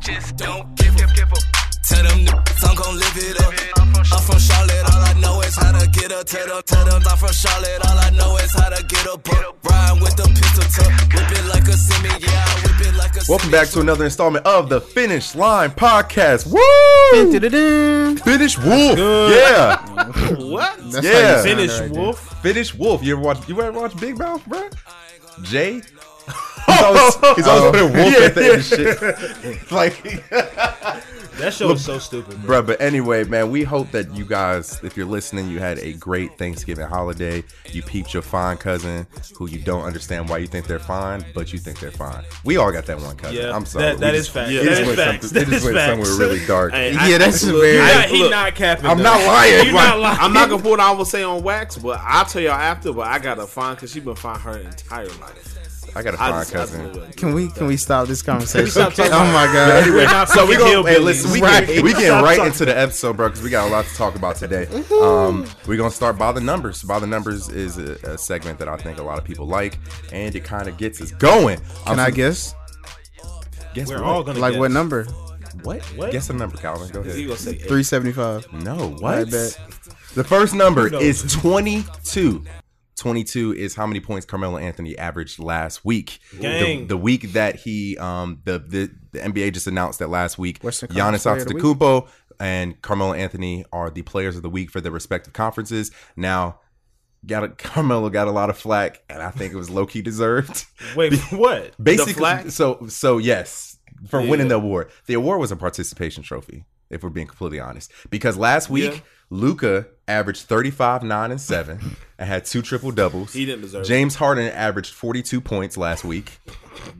just don't give, give, give a. Tell them niggas I'm gon' live it up. I'm from Charlotte, all I know is how to get up. Tell them, tell them I'm from Charlotte, all I know is how to get up. Rhyme with the pistol tuck, whip it like a semi, yeah, I whip it like a Welcome semi. back to another installment of the Finish Line Podcast. Dun, Woo! dun, dun, dun. Finish Wolf. good. Yeah. What? That's Yeah. how you Finish sound right Wolf? Finish Wolf. You ever watch you ever watch Big Mouth, bro? Jay? He's always, he's always putting wolf at the end of shit. like That show is so stupid, bro. Bruh, but anyway, man, we hope that you guys, if you're listening, you had a great Thanksgiving holiday. You peeped your fine cousin who you don't understand why you think they're fine, but you think they're fine. We all got that one cousin. Yeah, I'm sorry. that- that We is facts. we That just is went facts. something- That we just is went facts. somewhere really dark. Hey, Yeah, that's look, very- I- Yeah, he look, not capping. I'm though. not lying. You not lying. I'm not gonna put what I would say on wax, but I'll tell y'all after. But I gotta find because she been fine her entire life. I got a I fine just, I cousin. just live it. Can we can we stop this conversation? stop Okay. talking Oh my god. We're not So we fucking go. Hey, hillbillies. listen, we Right. get we get right into the episode, bro, because we got a lot to talk about today. Mm-hmm. Um, we're gonna start by the numbers. By the numbers is a, a segment that I think a lot of people like, and it kind of gets us going. Um, Can I guess? Guess We're what? all gonna Like guess. what number? What? What? Guess a number, Calvin. Go ahead. You gonna say Three seventy five. No, I what? bet. The first number knows? is 22. 22 is how many points Carmelo Anthony averaged last week. The, Gang. the week that he um the, the the NBA just announced that last week Western Conference Giannis Player of the Week. Antetokounmpo and Carmelo Anthony are the players of the week for their respective conferences. Now Got a, Carmelo got a lot of flack, and I think it was low key deserved. Wait, what? Basically, flack? so so yes, for Yeah. winning the award. The award was a participation trophy, if we're being completely honest, because last week Yeah. Luca averaged 35, 9, and 7 and had two triple doubles. He didn't deserve it. James Harden averaged 42 points last week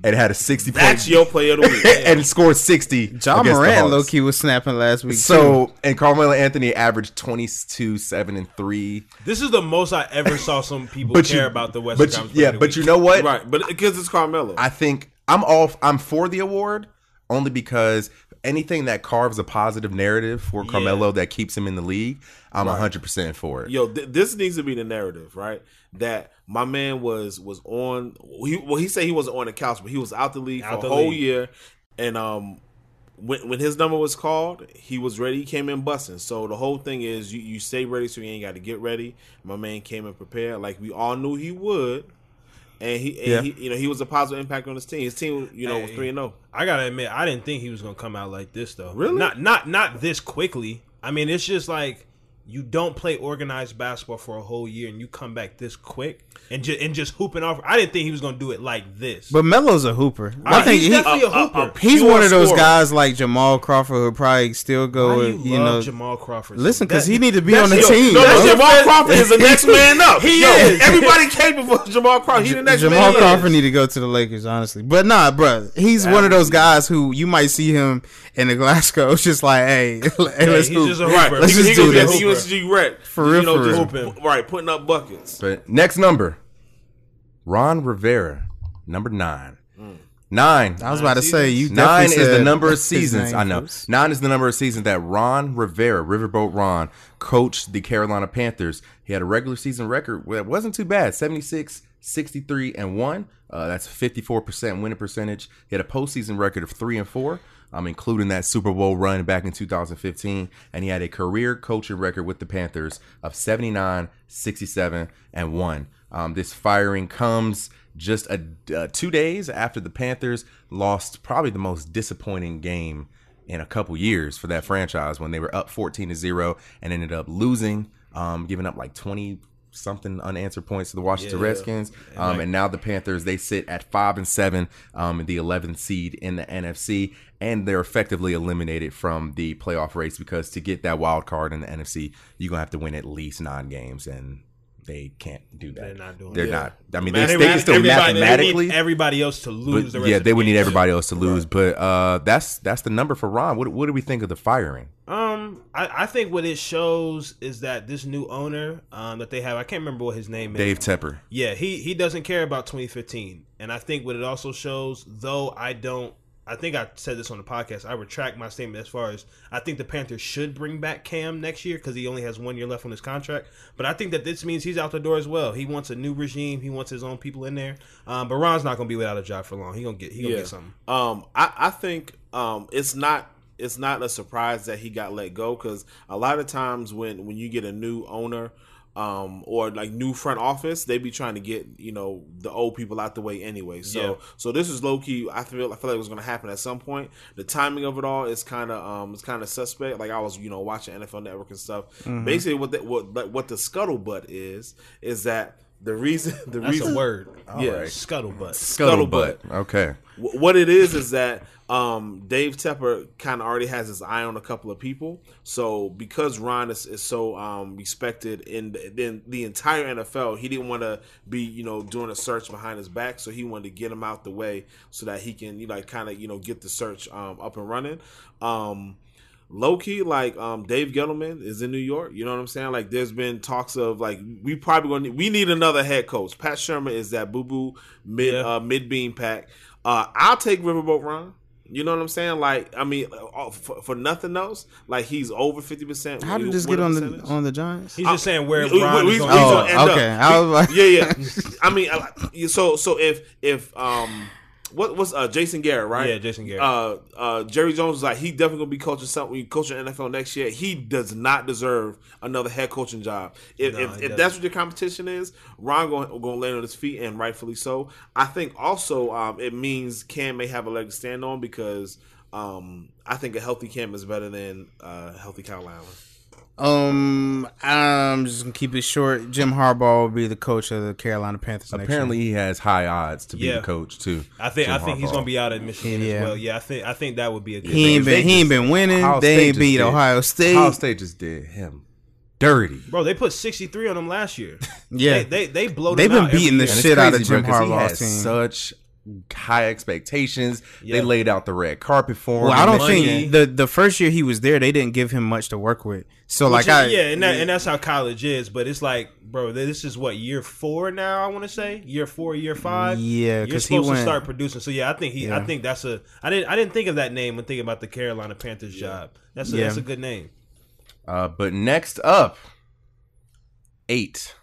and had a 60 that's point your play of the week. and scored 60. John against the Morant Hawks. low key was snapping last week. too. So, and Carmelo Anthony averaged 22, 7, and 3. This is the most I ever saw some people But care you, about the Western but you- Conference. yeah, Player of the but you Week. know what? right, but because it's Carmelo. I think I'm all I'm for the award only because anything that carves a positive narrative for Carmelo that keeps him in the league, I'm 100% for it. Yo, th- this needs to be the narrative, right? That my man was was on. He, well, he said he wasn't on the couch, but he was out the league Out for a the whole league. year. And um, when when his number was called, he was ready. He came in busting. So the whole thing is, you you stay ready, so you ain't got to get ready. My man came in prepared, like we all knew he would. And he, and Yeah. he you know, he was a positive impact on his team. His team, you know, was Hey. three and oh. zero. I gotta admit, I didn't think he was gonna come out like this though. Really? Not not not this quickly. I mean, it's just like you don't play organized basketball for a whole year and you come back this quick and just and just hooping off. I didn't think he was gonna do it like this. But Melo's a hooper. I, Like, think he's he, definitely a hooper. he's pure one of those scorer. guys like Jamal Crawford who probably still Why go. do You, you, you love know, Jamal Crawford. listen because he That- need to be that's on the your- team. No, bro. no, Jamal Crawford is the next man up. He Yo, is. Everybody came before Jamal Crawford. He the next Jamal man. up. Crawford need to go to the Lakers, honestly. But nah, bruh, he's one of those guys who you might see him in the Glasgow. It's just like, hey, hey let's he's hoop. just a hooper. Let's he, just he do gonna this. be a USG rep. For real, you know, for just real. pu- Right, putting up buckets. But next number. Ron Rivera, number 9. 9. I was about to say you. Nine definitely is the said number of his seasons. name I know. first. Nine is the number of seasons that Ron Rivera, Riverboat Ron, coached the Carolina Panthers. He had a regular season record that wasn't too bad 76, 63, and 1. Uh, that's 54% winning percentage. He had a postseason record of 3 and 4. Um, including that Super Bowl run back in 2015. And he had a career coaching record with the Panthers of 79, 67, and 1. Um, this firing comes just a, uh, two days after the Panthers lost probably the most disappointing game in a couple years for that franchise when they were up 14 to 0 and ended up losing, um, giving up like 20 something unanswered points to the Washington Redskins. Um, and now the Panthers, they sit at 5 and 7, um, the 11th seed in the NFC, and they're effectively eliminated from the playoff race because to get that wild card in the NFC, you're going to have to win at least nine games. And they can't do that. They're not doing They're that. not. I mean, They they, they would can still need everybody- they would need mathematically. everybody else to lose. But the rest yeah, of they the would need games. everybody else to lose. But uh, that's that's the number for Ron. What what do we think of the firing? Um, I, I think what it shows is that this new owner um, that they have, I can't remember what his name is. Dave Tepper. Yeah, he he doesn't care about 2015, and I think what it also shows, though I don't. I think I said this on the podcast. I retract my statement as far as I think the Panthers should bring back Cam next year because he only has one year left on his contract. But I think that this means he's out the door as well. He wants a new regime. He wants his own people in there. Um, but Ron's not going to be without a job for long. He gonna get he gonna Yeah. get something. Um, I, I think um, it's not it's not a surprise that he got let go because a lot of times when when you get a new owner um, or like new front office, they be trying to get you know the old people out the way anyway. So Yeah. so this is low key. I feel I feel like it was going to happen at some point. The timing of it all is kind of um it's kind of suspect. Like I was you know watching NFL Network and stuff. Mm-hmm. Basically, what the, what like, what the scuttlebutt is is that the reason the That's reason a word. All right. Scuttlebutt. scuttlebutt. Okay. Wh- what it is is that um, Dave Tepper kind of already has his eye on a couple of people. So because Ron is, is so um, respected in the, in the entire NFL, he didn't want to be you know doing a search behind his back. So he wanted to get him out the way so that he can you know, like kind of you know get the search um, up and running. Um, low key, like um, Dave Gettleman is in New York. You know what I'm saying? Like, there's been talks of like we probably gonna need, we need another head coach. Pat Sherman is that boo boo mid Yeah. uh, mid bean pack. Uh, I'll take Riverboat Ron. You know what I'm saying? Like, I mean, uh, for, for nothing else, like he's over fifty percent. How did this get on the on the Giants? He's just saying where we- we- Ron we- is we- going. he's Oh, gonna end okay. up. I was like, yeah, yeah. I mean, I like- so so if if um, what was uh Jason Garrett right? Yeah, Jason Garrett. Uh, uh, Jerry Jones was like he definitely gonna be coaching something, coaching NFL next year. He does not deserve another head coaching job. If No, he if, if that's doesn't. what your competition is, Ron going to land on his feet and rightfully so. I think also um, it means Cam may have a leg to stand on because. Um, I think a healthy Cam is better than uh, healthy Kyle Allen. um, I'm just gonna keep it short. Jim Harbaugh will be the coach of the Carolina Panthers. next Apparently, he has high odds to be Yeah. the coach too. I think Jim I think he's Harbaugh. gonna be out at Michigan Yeah. as well. Yeah, I think I think that would be a good. year. he ain't They been he ain't just- been winning. Ohio they State ain't just beat did. Ohio State. Ohio State just did him dirty. Bro, they put 63 on them last year. Yeah. They they, they blow They've them been out every beating the year. And it's shit out of crazy, bro, Jim 'cause he had Harbaugh's team. Such high expectations. Yeah. They laid out the red carpet for him. Well, I and don't then- think the the first year he was there, they didn't give him much to work with. So like Which is- I yeah, and that, and that's how college is. But it's like, bro, this is what year four now. I want to say year four, year five. Yeah, you're 'cause he supposed went- to start producing. So yeah, I think he. Yeah. I think that's a. I didn't. I didn't think of that name when thinking about the Carolina Panthers job. That's a, Yeah. that's a good name. Uh, but next up, eight.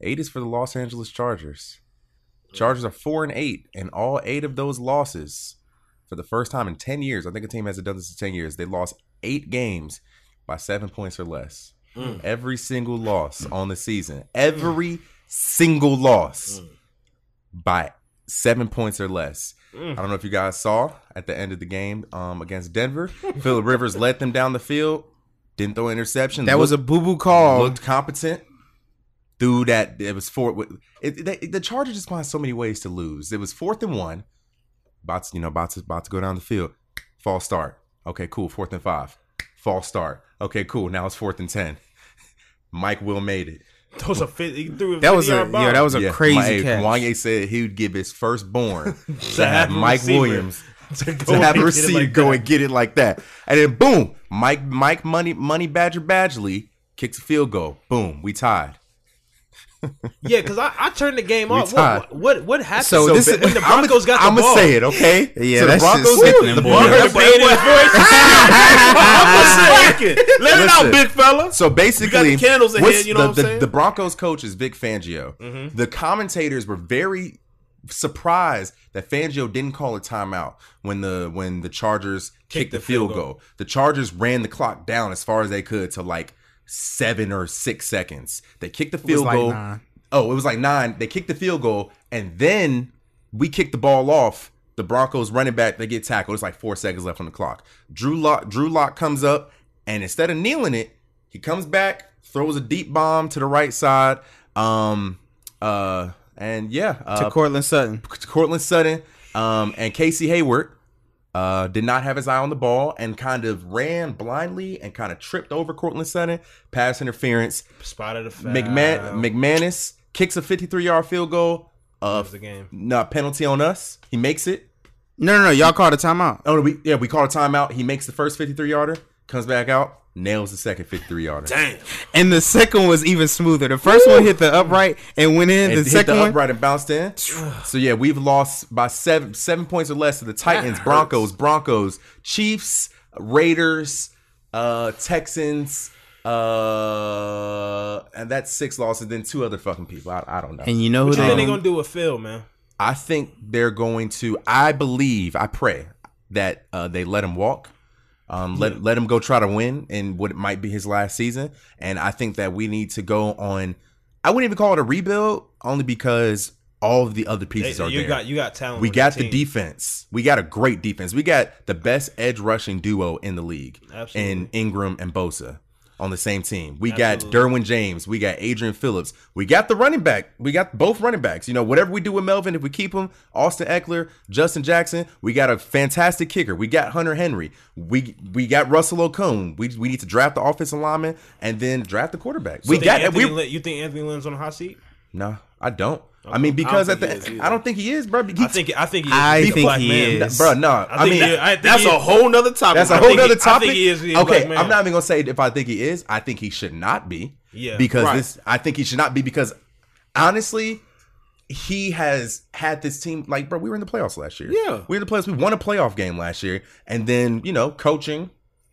Eight is for the Los Angeles Chargers. Chargers are four and eight, and all eight of those losses, for the first time in ten years, I think a team hasn't done this in ten years. They lost eight games by seven points or less. Every single loss on the season, every single loss by seven points or less. I don't know if you guys saw at the end of the game um, against Denver, Phillip Rivers led them down the field, didn't throw an interception. that was a looked- boo boo call. looked competent. Dude, that it was four. It, they, the Chargers just find so many ways to lose. It was fourth and one, about to, you know about to about to go down the field. False start. Okay, cool. Fourth and five. False start. Okay, cool. Now it's fourth and ten. Mike Will made it. That was a. Fit, he threw a that was a 50-yard bomb. yeah, that was a crazy my- hey, catch. Kanye said he would give his firstborn to have have a Mike receiver. Williams to, go to have a and get it receiver like go that. and get it like that. And then boom, Mike Mike Money Money Badger Badgley kicks a field goal. Boom, we tied. Yeah, because I, I turned the game We off. What, tied. what what happened? So this when is- the Broncos got the I'm ball, gonna say it, okay? Yeah, so the that shit's Broncos, sickening, the boy. Broncos Everybody in his voice. I'm slacking. Let it out, Listen. big fella. So basically, You got the candles in what's here, you know the, what I'm the, saying? Mm-hmm. the Broncos coach is Vic Fangio. The commentators were very surprised that Fangio didn't call a timeout when the when the Chargers kicked, the, field goal. The Chargers ran the clock down as far as they could to like seven or six seconds. They kicked the field like goal. nine. Oh, it was like nine. They kicked the field goal, and then we kicked the ball off. The Broncos running back, they get tackled. It's like four seconds left on the clock. Drew Lock, Drew Lock comes up, and instead of kneeling it, he comes back, throws a deep bomb to the right side. Um, uh, and yeah, to uh, Cortland Sutton. Cortland Sutton, um, and Casey Hayward uh, did not have his eye on the ball and kind of ran blindly and kind of tripped over Cortland Sutton. Pass interference. spotted a foul. McMahon, McManus kicks a 53 yard field goal. Uh, That was the game. no penalty on us. He makes it. No, no, no. Y'all called a timeout. Oh, we yeah, we call a timeout. He makes the first 53 yarder. Comes back out, nails the second 53 yarder. Damn. And the second was even smoother. The first one hit the upright and went in. And the hit second the one, upright and bounced in. so yeah, we've lost by seven seven points or less to the Titans, Broncos, Broncos, Chiefs, Raiders, uh, Texans, uh, and that's six losses. Then two other fucking people. I, I don't know. and you know who What you they think they gonna gonna do with Phil, man? I think they're going to. I believe. I pray that uh, they let him walk. Um, let let him go try to win in what might be his last season, and I think that we need to go on. I wouldn't even call it a rebuild, only because all of the other pieces They- are you there. got you got talent. we on got that the team. defense. We got a great defense. We got the best edge rushing duo in the league, Absolutely. in Ingram and Bosa on the same team. We got Absolutely. Derwin James. We got Adrian Phillips. We got the running back. We got both running backs. You know, whatever we do with Melvin, if we keep him, Austin Eckler, Justin Jackson. We got a fantastic kicker. We got Hunter Henry. We we got Russell Okung. We we need to draft the offensive lineman and then draft the quarterback. we Think got Anthony we Lin- you think Anthony Lynn's on a hot seat? no, I don't. I mean, because I at don't think he the is I don't think he is, bro. He I think I think he is. I He's a think black he man. is. bro, no. I, I, think mean, he- I think That's he- a whole nother topic. That's a I whole think nother he- I topic. think he is- he is a okay, black man. I'm not even gonna say if I think he is. I think he should not be. Yeah. because Right. this, I think he should not be because honestly, he has had this team like, bro. We were in the playoffs last year. Yeah. we were in the playoffs. We won a playoff game last year, and then you know, coaching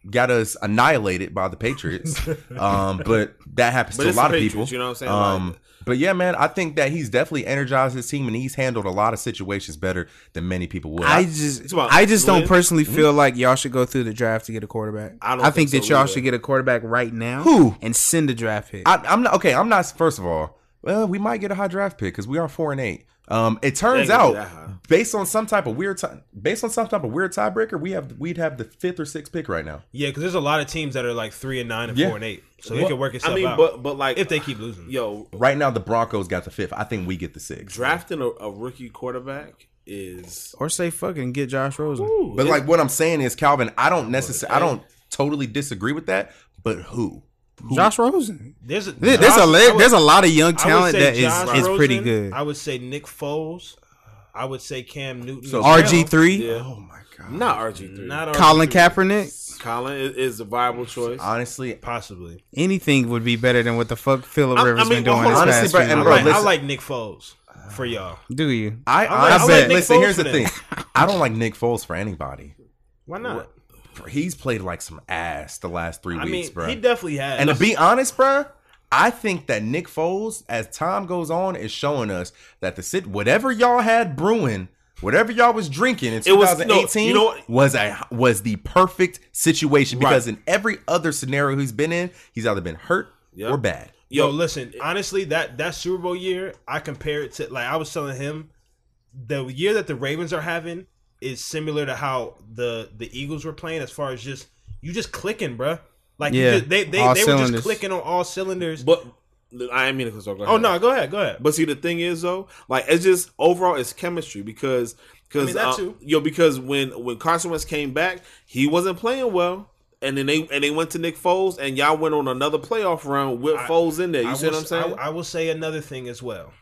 got us annihilated by the Patriots. um, but that happens But to a it's the lot Patriots, of people. you know what I'm saying? Um, Like- but yeah, man, I think that he's definitely energized his team, and he's handled a lot of situations better than many people would. I just, Come on, I just don't Lin. personally feel like y'all should go through the draft to get a quarterback. I don't I think, think that so y'all either. should get a quarterback right now. Who? and send a draft pick. I, I'm not okay. I'm not. First of all, well, we might get a high draft pick because we are four and eight. Um, it turns They ain't gonna be that high. out based on some type of weird time, based on some type of weird tiebreaker, we have we'd have the fifth or sixth pick right now. yeah, because there's a lot of teams that are like three and nine and Yeah. four and eight, so it Well, can work itself I mean, out. but but like if they keep losing, yo Right now, the Broncos got the fifth. I think we get the sixth. drafting a, a rookie quarterback is or say fucking get Josh Rosen. But like what I'm saying is, Calvin, I don't necessarily, I don't totally disagree with that. But who? Who? Josh Rosen. there's a, There- There's Josh- a I le- would- there's a lot of I young would talent say that is Josh is pretty Rosen. good. I would say Nick Foles. I would say Cam Newton. So- RG three, yeah. Oh my god! Not RG three. not Colin RG3. Kaepernick. Colin is, is a viable choice. Honestly, possibly. Anything would be better than what the fuck Philip I- I Rivers mean, been doing. well, this honestly, past bro, and few I, years. bro, like, I listen- like Nick Foles for y'all. Do you? I I like- I honestly like Nick listen. Foles Here's for the them. thing: I don't like Nick Foles for anybody. Why not? He's played like some ass the last three I weeks, mean, bro. he definitely has. And to be honest, bruh, I think that Nick Foles, as time goes on, is showing us that the sit whatever y'all had brewing, whatever y'all was drinking in It was- no, 2018, you know what? was a was the perfect situation because in every other scenario he's been in, he's either been hurt Yep. or bad. Yo, Yo, listen, honestly, that that Super Bowl year, I compare it to like I was telling him, the year that the Ravens are having is similar to how the the Eagles were playing as far as just you just clicking, bruh. Like you Yeah, just, they they, all they were cylinders. just clicking on all cylinders. but I ain't mean to go ahead. oh no, go ahead, go ahead. But see, the thing is though, like it's just overall it's chemistry because because I mean, that too. yo because when when Carson Wentz came back, he wasn't playing well. And then they and they went to Nick Foles, and y'all went on another playoff round with Foles in there. You I see will, what I'm saying? I, I will say another thing as well.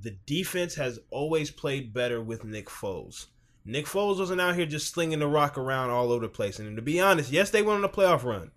The defense has always played better with Nick Foles. Nick Foles wasn't out here just slinging the rock around all over the place. And to be honest, yes, they went on a playoff run,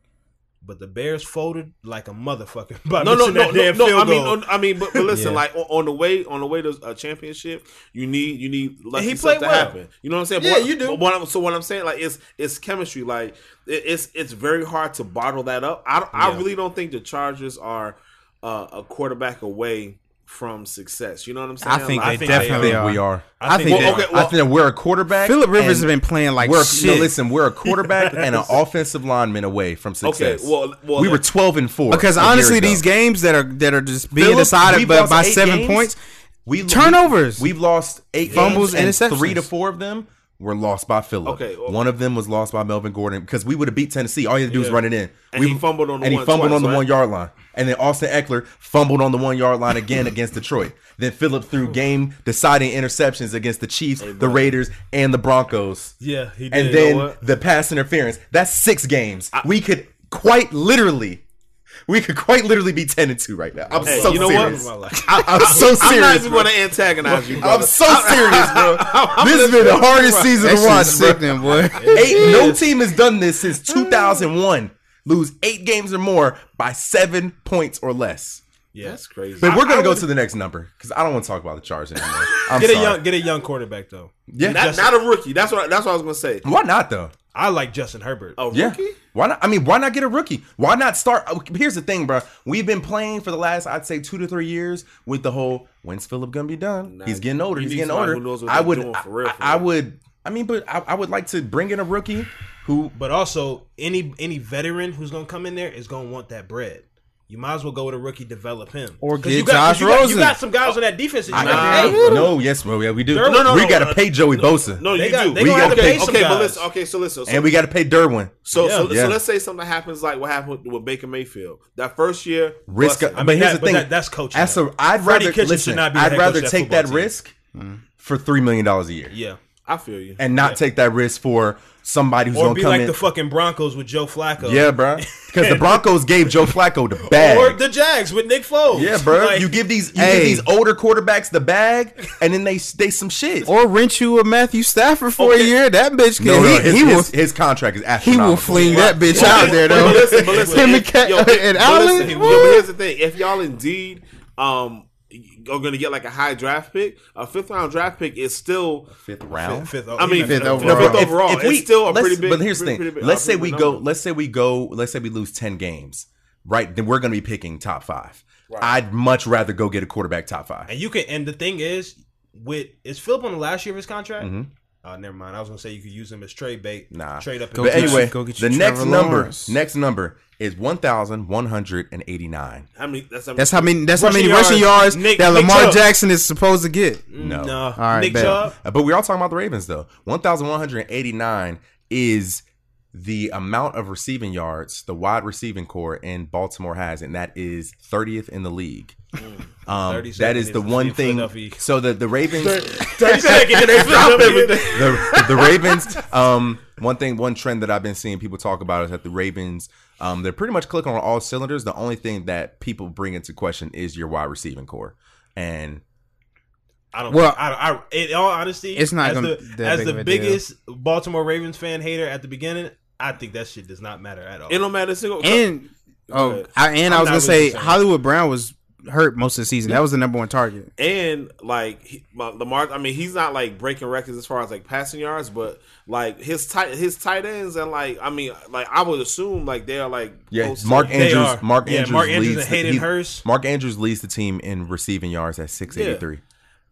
but the Bears folded like a motherfucker. By no, no, missing no, that no, damn no. I field mean, goal. on, I mean, but, but listen, Yeah. like on, on the way, on the way to a championship, you need, you need lucky he stuff played to well. happen. You know what I'm saying? But Yeah, what- you do. But what I'm, so what I'm saying, like, it's it's chemistry. Like, it, it's it's very hard to bottle that up. I don't- I Yeah. really don't think the Chargers are uh, a quarterback away from success. You know what I'm saying? I think Like, they think they definitely I think are. we are. I think Well, they okay, are. I think that we're a quarterback. Philip Rivers has and been playing like we're a, shit. no, listen, we're a quarterback and an offensive lineman away from Okay, success. well, well, we were that- 12 and 4. because a year honestly, ago. these games that are that are just being Phillip, decided we've by, lost by eight seven games. points. We Turnovers. We've lost eight Fumbles, fumbles and interceptions. three to four of them were lost by Phillip. Okay, well- one of them was lost by Melvin Gordon because we would have beat Tennessee. All you had to do was Yeah. run it in. And we, he fumbled on the and he one fumbled twice, on the right? one yard line. And then Austin Eckler fumbled on the one yard line again against Detroit. Then Phillip threw game deciding interceptions against the Chiefs, the Raiders, and the Broncos. yeah, he did. And know then what? the pass interference. That's six games. we could quite literally, we could quite literally be ten and two right now. I'm Hey, so you know what? serious. I, I'm so serious. I'm not even bro. going to antagonize you. I'm Brother. so serious, bro. this has been the hardest season That to shit's watch, bro. sickening, boy. Eight, no team has done this since 2001. Lose eight games or more by seven points or less. That's crazy. But we're gonna go to the next number because I don't want to talk about the Chargers anymore. I'm Get sorry. a young, get a young quarterback though. yeah. not, not a rookie. That's what that's what I was going to say. why not though? I like Justin Herbert. A Yeah. rookie. Why not? I mean, why not get a rookie? Why not start? oh, Here's the thing, bro. We've been playing for the last, I'd say, two to three years with the whole when's Philip gonna be done? Nah, he's getting older. you He's need getting somebody older. who knows what I they're would, doing for real, for I, I real. would I mean, but I, I would like to bring in a rookie who But also, any any veteran who's gonna come in there is gonna want that bread. You might as well go with a rookie, develop him, Or 'Cause get you got, 'cause Josh you got- Rosen. you got some guys on that defense. That you Nah. gotta pay. no, yes, well, yeah, we do. There- no, no, no, no, we no, got to no. pay Joey Bosa, No, They you got- do. they gonna have to okay, pay some okay, but guys. listen. Okay, so listen. So, and we got to pay Derwin. so, so, Yeah. so let's say something happens like what happened with, with Baker Mayfield that first year. Risk, busted. I but here's that- the thing: that- that's coaching. That's though. a. I'd Freddie rather Kitchens listen. should not be the I'd head coach rather of that take football that team. risk for three million dollars a year, yeah. I feel you. and not take that risk for somebody who's Or gonna be come like in. the fucking Broncos with Joe Flacco. yeah, bro, because the Broncos gave Joe Flacco the bag. Or the Jags with Nick Foles. yeah, bro. Like, you give these you Hey. give these older quarterbacks the bag, and then they they some shit. Or rent you a Matthew Stafford for a Okay. year. That bitch can. no, no, he, his, he will. his, his contract is He astronomical. will fling that bitch out there though. But listen, but listen, Him and, if- Cat- yo, and but Allen. listen, yo, but here's the thing: if y'all indeed um are going to get like a high draft pick, a fifth round draft pick is still. fifth round. fifth, I mean, Fifth fifth overall. overall. If- it's still a let's- pretty big. But here's the pretty- thing: pretty big- let's uh, say pretty we big go. number. Let's say we go. Let's say we lose ten games, right? Then we're going to be picking top five. I'd much rather go get a quarterback top five. and you can. And the thing is, with is Philip on the last year of his contract? Oh, never mind. I was gonna say you could use him as trade bait. Mm-hmm. Nah. trade up. Go but get you- anyway, go get you the next Trevor number, Lawrence. next number is one thousand one hundred and eighty nine. I mean, that's I mean, That's how many. That's how Rushing many yards, rushing yards Nick- that Nick Lamar Chubb. Jackson is supposed to get. No. no. All right, Nick bet. Chubb. Uh, But we are talking about the Ravens though. One thousand one hundred eighty nine is the amount of receiving yards the wide receiving core in Baltimore has, and that is thirtieth in the league. Um, 32nd that is the Mm. in one thing. Philadelphia. So the the Ravens. They flip everything. the, the Ravens. Um, one thing, one trend that I've been seeing people talk about is that the Ravens, um, they're pretty much clicking on all cylinders. The only thing that people bring into question is your wide receiving core, and I don't. Well, Well, I, don't- I, in all honesty, it's not as gonna be the, that as big the of a deal. biggest Baltimore Ravens fan hater at the beginning. I think that shit does not matter at all. it don't matter. Single And oh, ahead. I, and I I'm was not gonna say really concerned. Hollywood Brown was hurt most of the season. That was the number one target. And like he- my- Lamar, I mean, he's not like breaking records as far as like passing yards, but like his tight his tight ends and like I mean, like I would assume like they are like Yeah, close to- Mark are. Andrews. Mark Yeah, Andrews. Mark Andrews leads and Hayden he- Hurst. Mark Andrews leads the team in receiving yards at six eighty three.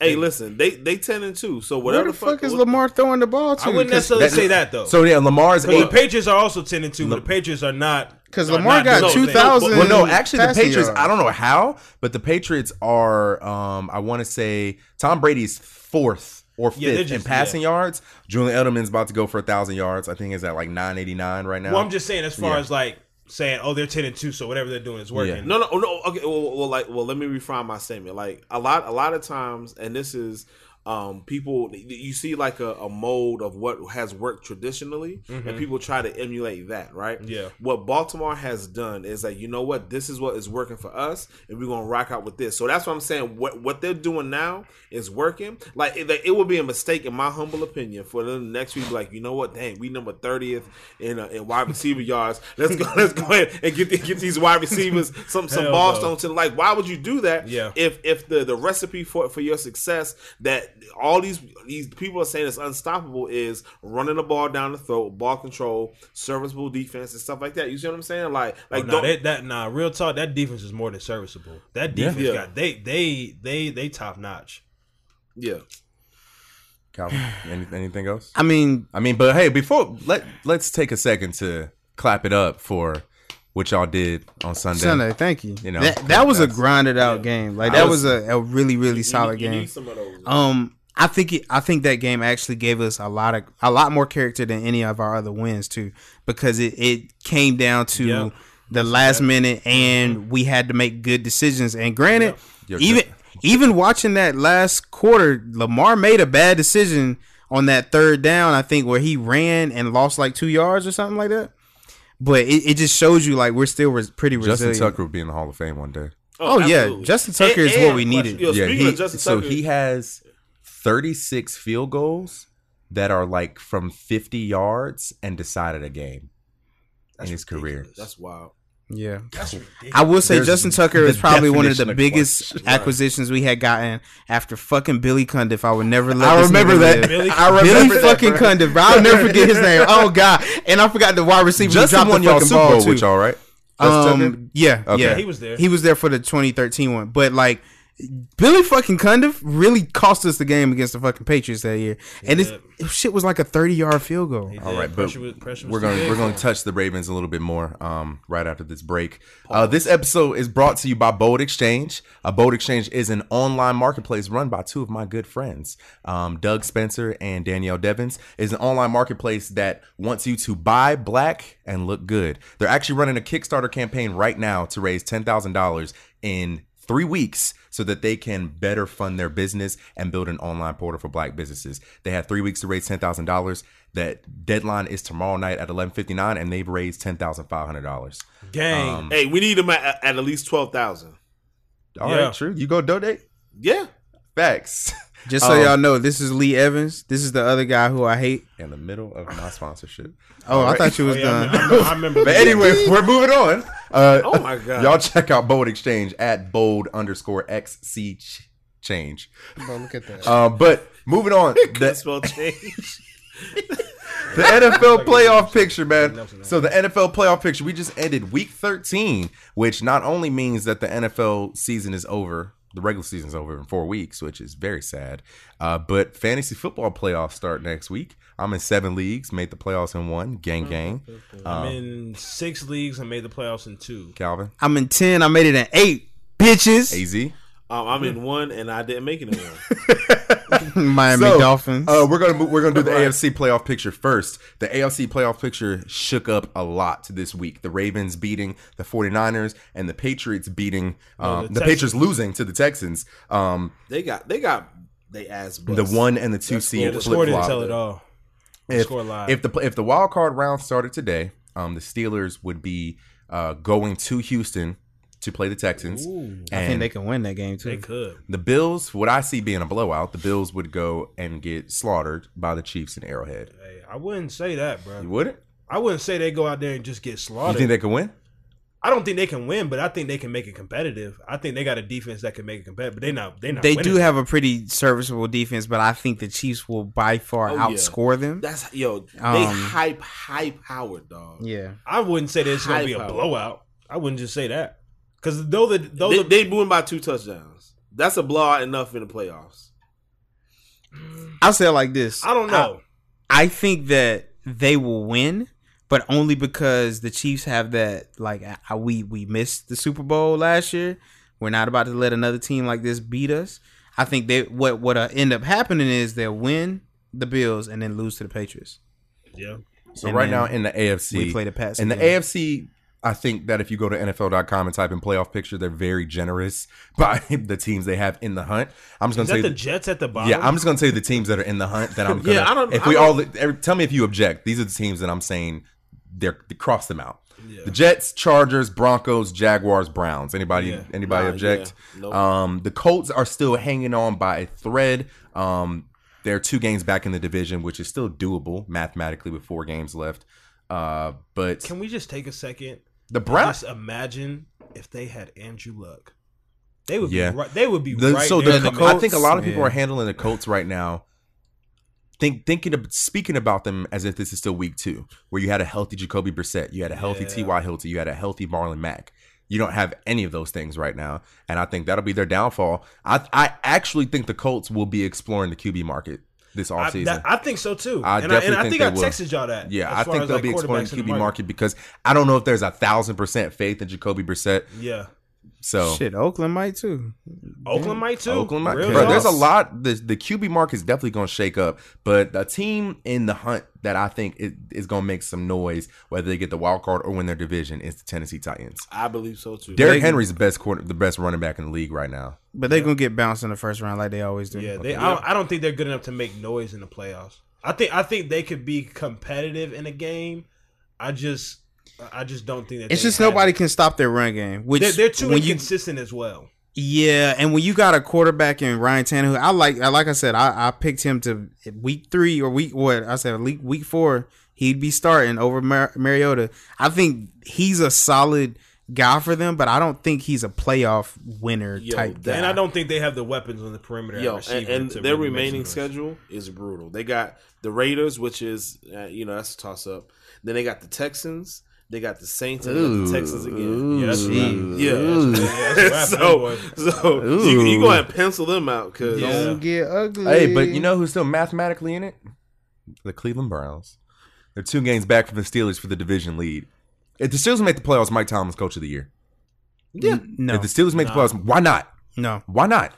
Hey, listen, they they ten and two, so Where whatever the fuck is what- Lamar throwing the ball to? I wouldn't necessarily say that though. So yeah, Lamar's. But the Eight, Patriots are also ten and two. But the Patriots are not because are Lamar not got doing two anything. thousand. well, no, actually, the passing Patriots. yards. I don't know how, but the Patriots are. Um, I want to say Tom Brady's fourth or fifth Yeah, they're in just- passing yards. Julian Edelman's about to go for a thousand yards. I think is at like nine eighty nine right now. Well, I'm just saying as far Yeah. as like saying, oh, they're ten and two, so whatever they're doing is working. Yeah. No, no, no. Okay, well, well, like, well, let me refine my statement. Like a lot, a lot of times, and this is, um, people you see like a, a mold of what has worked traditionally, and people try to emulate that, right? Yeah. What Baltimore has done is that you know what this is what is working for us, and we're gonna rock out with this. So that's what I'm saying. What what they're doing now is working. Like it, it would be a mistake, in my humble opinion, for them next week. Like you know what, dang, we number thirtieth in uh, in wide receiver yards. Let's go. Let's go ahead and get the, get these wide receivers some some Hell ball no. stones to the like. Why would you do that? Yeah. If if the the recipe for for your success that all these these people are saying is unstoppable is running the ball down the throat, ball control, serviceable defense, and stuff like that. You see what I'm saying? Like Like like Oh, nah, don't. that, that nah, real talk. That defense is more than serviceable. That Yeah. defense Yeah. got they they they they top notch. yeah. Calvin, any, anything else? I mean, I mean, but hey, before let let's take a second to clap it up for what y'all did on Sunday. Sunday. Thank you. You know, that, that was a that's- grinded out game. Like I that was, was- a, a really really solid You- you game. need some of those. Um, I think it, I think that game actually gave us a lot of a lot more character than any of our other wins too, because it it came down to Yep. the last minute and we had to make good decisions. And granted, Yo, even even watching that last quarter, Lamar made a bad decision on that third down. I think where he ran and lost like two yards or something like that. But it, it just shows you like we're still res- pretty Justin resilient. Tucker will be in the Hall of Fame one day. Oh, yeah, absolutely. Justin Tucker is what we needed. Yo, yeah, speaking he, of Justin so Tucker, he has 36 field goals that are like from 50 yards and decided a game in his career. that's wild. Yeah. That's ridiculous. I will say There's Justin Tucker the is probably one of definition the of biggest clutch. acquisitions we had gotten after fucking Billy Cundiff. I would never let I this remember nigga that. live. Billy- I remember that, Billy fucking bro. Cundiff, bro. I'll never forget his name. Oh god. And I forgot the wide receiver who Justin dropped won the y'all fucking Super ball Bowl too. with y'all, right? Justin Tucker? Um, yeah, Okay. yeah, He was there. He was there for the 2013 one, but like Billy fucking Cundiff really cost us the game against the fucking Patriots that year, and it's, shit was like a thirty yard field goal. He All did. right, but Pressure was- pressure was we're too gonna big we're for gonna him. touch the Ravens a little bit more um, right after this break. Uh, this episode is brought to you by Bold Exchange. Uh, Bold Exchange is an online marketplace run by two of my good friends, um, Doug Spencer and Danielle Devins. Is an online marketplace that wants you to buy black and look good. They're actually running a Kickstarter campaign right now to raise ten thousand dollars in three weeks so that they can better fund their business and build an online portal for black businesses. They had three weeks to raise $10,000. That deadline is tomorrow night at 11.59 and they've raised $10,500. Gang. Um, Um, Hey, we need him at, at at least twelve thousand. All right, Yeah. true. You go donate? Yeah, Facts. Just so Um, y'all know, this is Lee Evans. This is the other guy who I hate. In the middle of my sponsorship. Oh, I Alright. thought you was Oh, yeah, I done. remember- I remember- I remember. But anyway, we're moving on. Uh, Oh my God. Y'all check out Bold Exchange at bold underscore XC ch- change. look at that. Uh, but moving on. the- that's spell change. the NFL playoff picture, man. So the NFL playoff picture, we just ended week 13, which not only means that the NFL season is over, the regular season's over in four weeks, which is very sad. Uh, but fantasy football playoffs start next week. I'm in seven leagues, made the playoffs in one, gang gang. I'm Um, in six leagues and made the playoffs in two. Calvin, I'm in ten. I made it in eight. Bitches, AZ. Um, I'm in one and I didn't make it in one. Miami So, Dolphins. Uh, we're gonna move, we're gonna do the AFC playoff picture first. The AFC playoff picture shook up a lot this week. The Ravens beating the 49ers and the Patriots beating um, the the, Texans. Patriots losing to the Texans. Um, They got they got they ass bust. the one and the two That's seed cool. The Flip score didn't flip tell it flop. all. If, score live. if the if the wild card round started today, um, the Steelers would be uh, going to Houston to play the Texans, I think and they can win that game They too. could. the Bills. What I see being a blowout, the Bills would go and get slaughtered by the Chiefs and Arrowhead. Hey, I wouldn't say that, You bro. wouldn't? I wouldn't say they go out there and just get You slaughtered. think they could win? I don't think they can win, but I think they can make it competitive. I think they got a defense that can make it competitive, but they not they not. They winning. do have a pretty serviceable defense, but I think the Chiefs will by far Oh, yeah. outscore them. That's yo. They Um, hype hype Howard dog. Yeah. I wouldn't say that it's gonna be a High power. blowout. I wouldn't just say that because though the though the, They, they blew him by two touchdowns. That's a blowout enough in the playoffs. I'll say it like this. I don't know. I think that they will win, but only because the Chiefs have that like I, we we missed the Super Bowl last year. We're not about to let another team like this beat us. I think they what what uh, end up happening is they'll win the Bills and then lose to the Patriots. yeah, So And right then now in the AFC, we play the Pats In the again. AFC, I think that if you go to NFL.com and type in playoff picture, they're very generous by the teams they have in the hunt. I'm just gonna is tell that you the Jets at the bottom? Yeah, I'm just gonna tell you the teams that are in the hunt that I'm. Gonna, Yeah, I don't- If I we don't- all every, tell me if you object, these are the teams that I'm saying they're they cross them out. The Jets, Chargers, Broncos, Jaguars, Browns. Anybody Yeah. anybody Nah, object? yeah. Nope. Um, the Colts are still hanging on by a thread. Um, they're two games back in the division, which is still doable mathematically with four games left. Uh, but Can we just take a second? the and Browns, Just imagine if they had Andrew Luck, they would Yeah. be right. They would be The- right. so there the, in the I think a lot of people yeah. are handling the Colts right now. Think thinking of speaking about them as if this is still week two, where you had a healthy Jacoby Brissett, you had a healthy Yeah. T.Y. Hilton, you had a healthy Marlon Mack. You don't have any of those things right now, and I think that'll be their downfall. I I actually think the Colts will be exploring the QB market this I, offseason. that, I think so too. I and I, definitely and I think think they I will. texted y'all that. Yeah, as I far think as, they'll like, be exploring quarterbacks the in QB market. because I don't know if there's a thousand percent faith in Jacoby Brissett. Yeah, So Shit, Oakland might too. Oakland might too. Oakland, might- Real bro, there's a talk. lot. The, the QB market is definitely going to shake up, but a team in the hunt that I think is, is going to make some noise, whether they get the wild card or win their division, is the Tennessee Titans. I believe so too. Derrick They- Henry's the best quarter, the best running back in the league right now. But they're gonna get bounced in the first round like they always do. Yeah, they. I, don't, I don't think they're good enough to make noise in the playoffs. I think I think they could be competitive in a game. I just I just don't think that It's they just have- nobody can stop their run game. Which They're, they're too when you inconsistent as well. Yeah, and when you got a quarterback in Ryan Tannehill, I like, I like I said, I, I picked him to week three or week what I said week week four, he'd be starting over Mar- Mariota. I think he's a solid guy for them, but I don't think he's a playoff winner Yo, type guy. that- And I don't think they have the weapons on the perimeter. Yo, receiver and, and to their really make remaining some noise. schedule is brutal. They got the Raiders, which is uh, you know that's a toss up. Then they got the Texans. They got the Saints and they got the Texans again. Yeah, that's right. Yeah. That's right, so boy. so you, you gonna pencil them out because Yeah. Don't get ugly. Hey, but you know who's still mathematically in it? The Cleveland Browns. They're two games back from the Steelers for the division lead. If the Steelers make the playoffs, Mike Tomlin's coach of the year. yeah, no, If the Steelers make the playoffs, why not? no. Why not?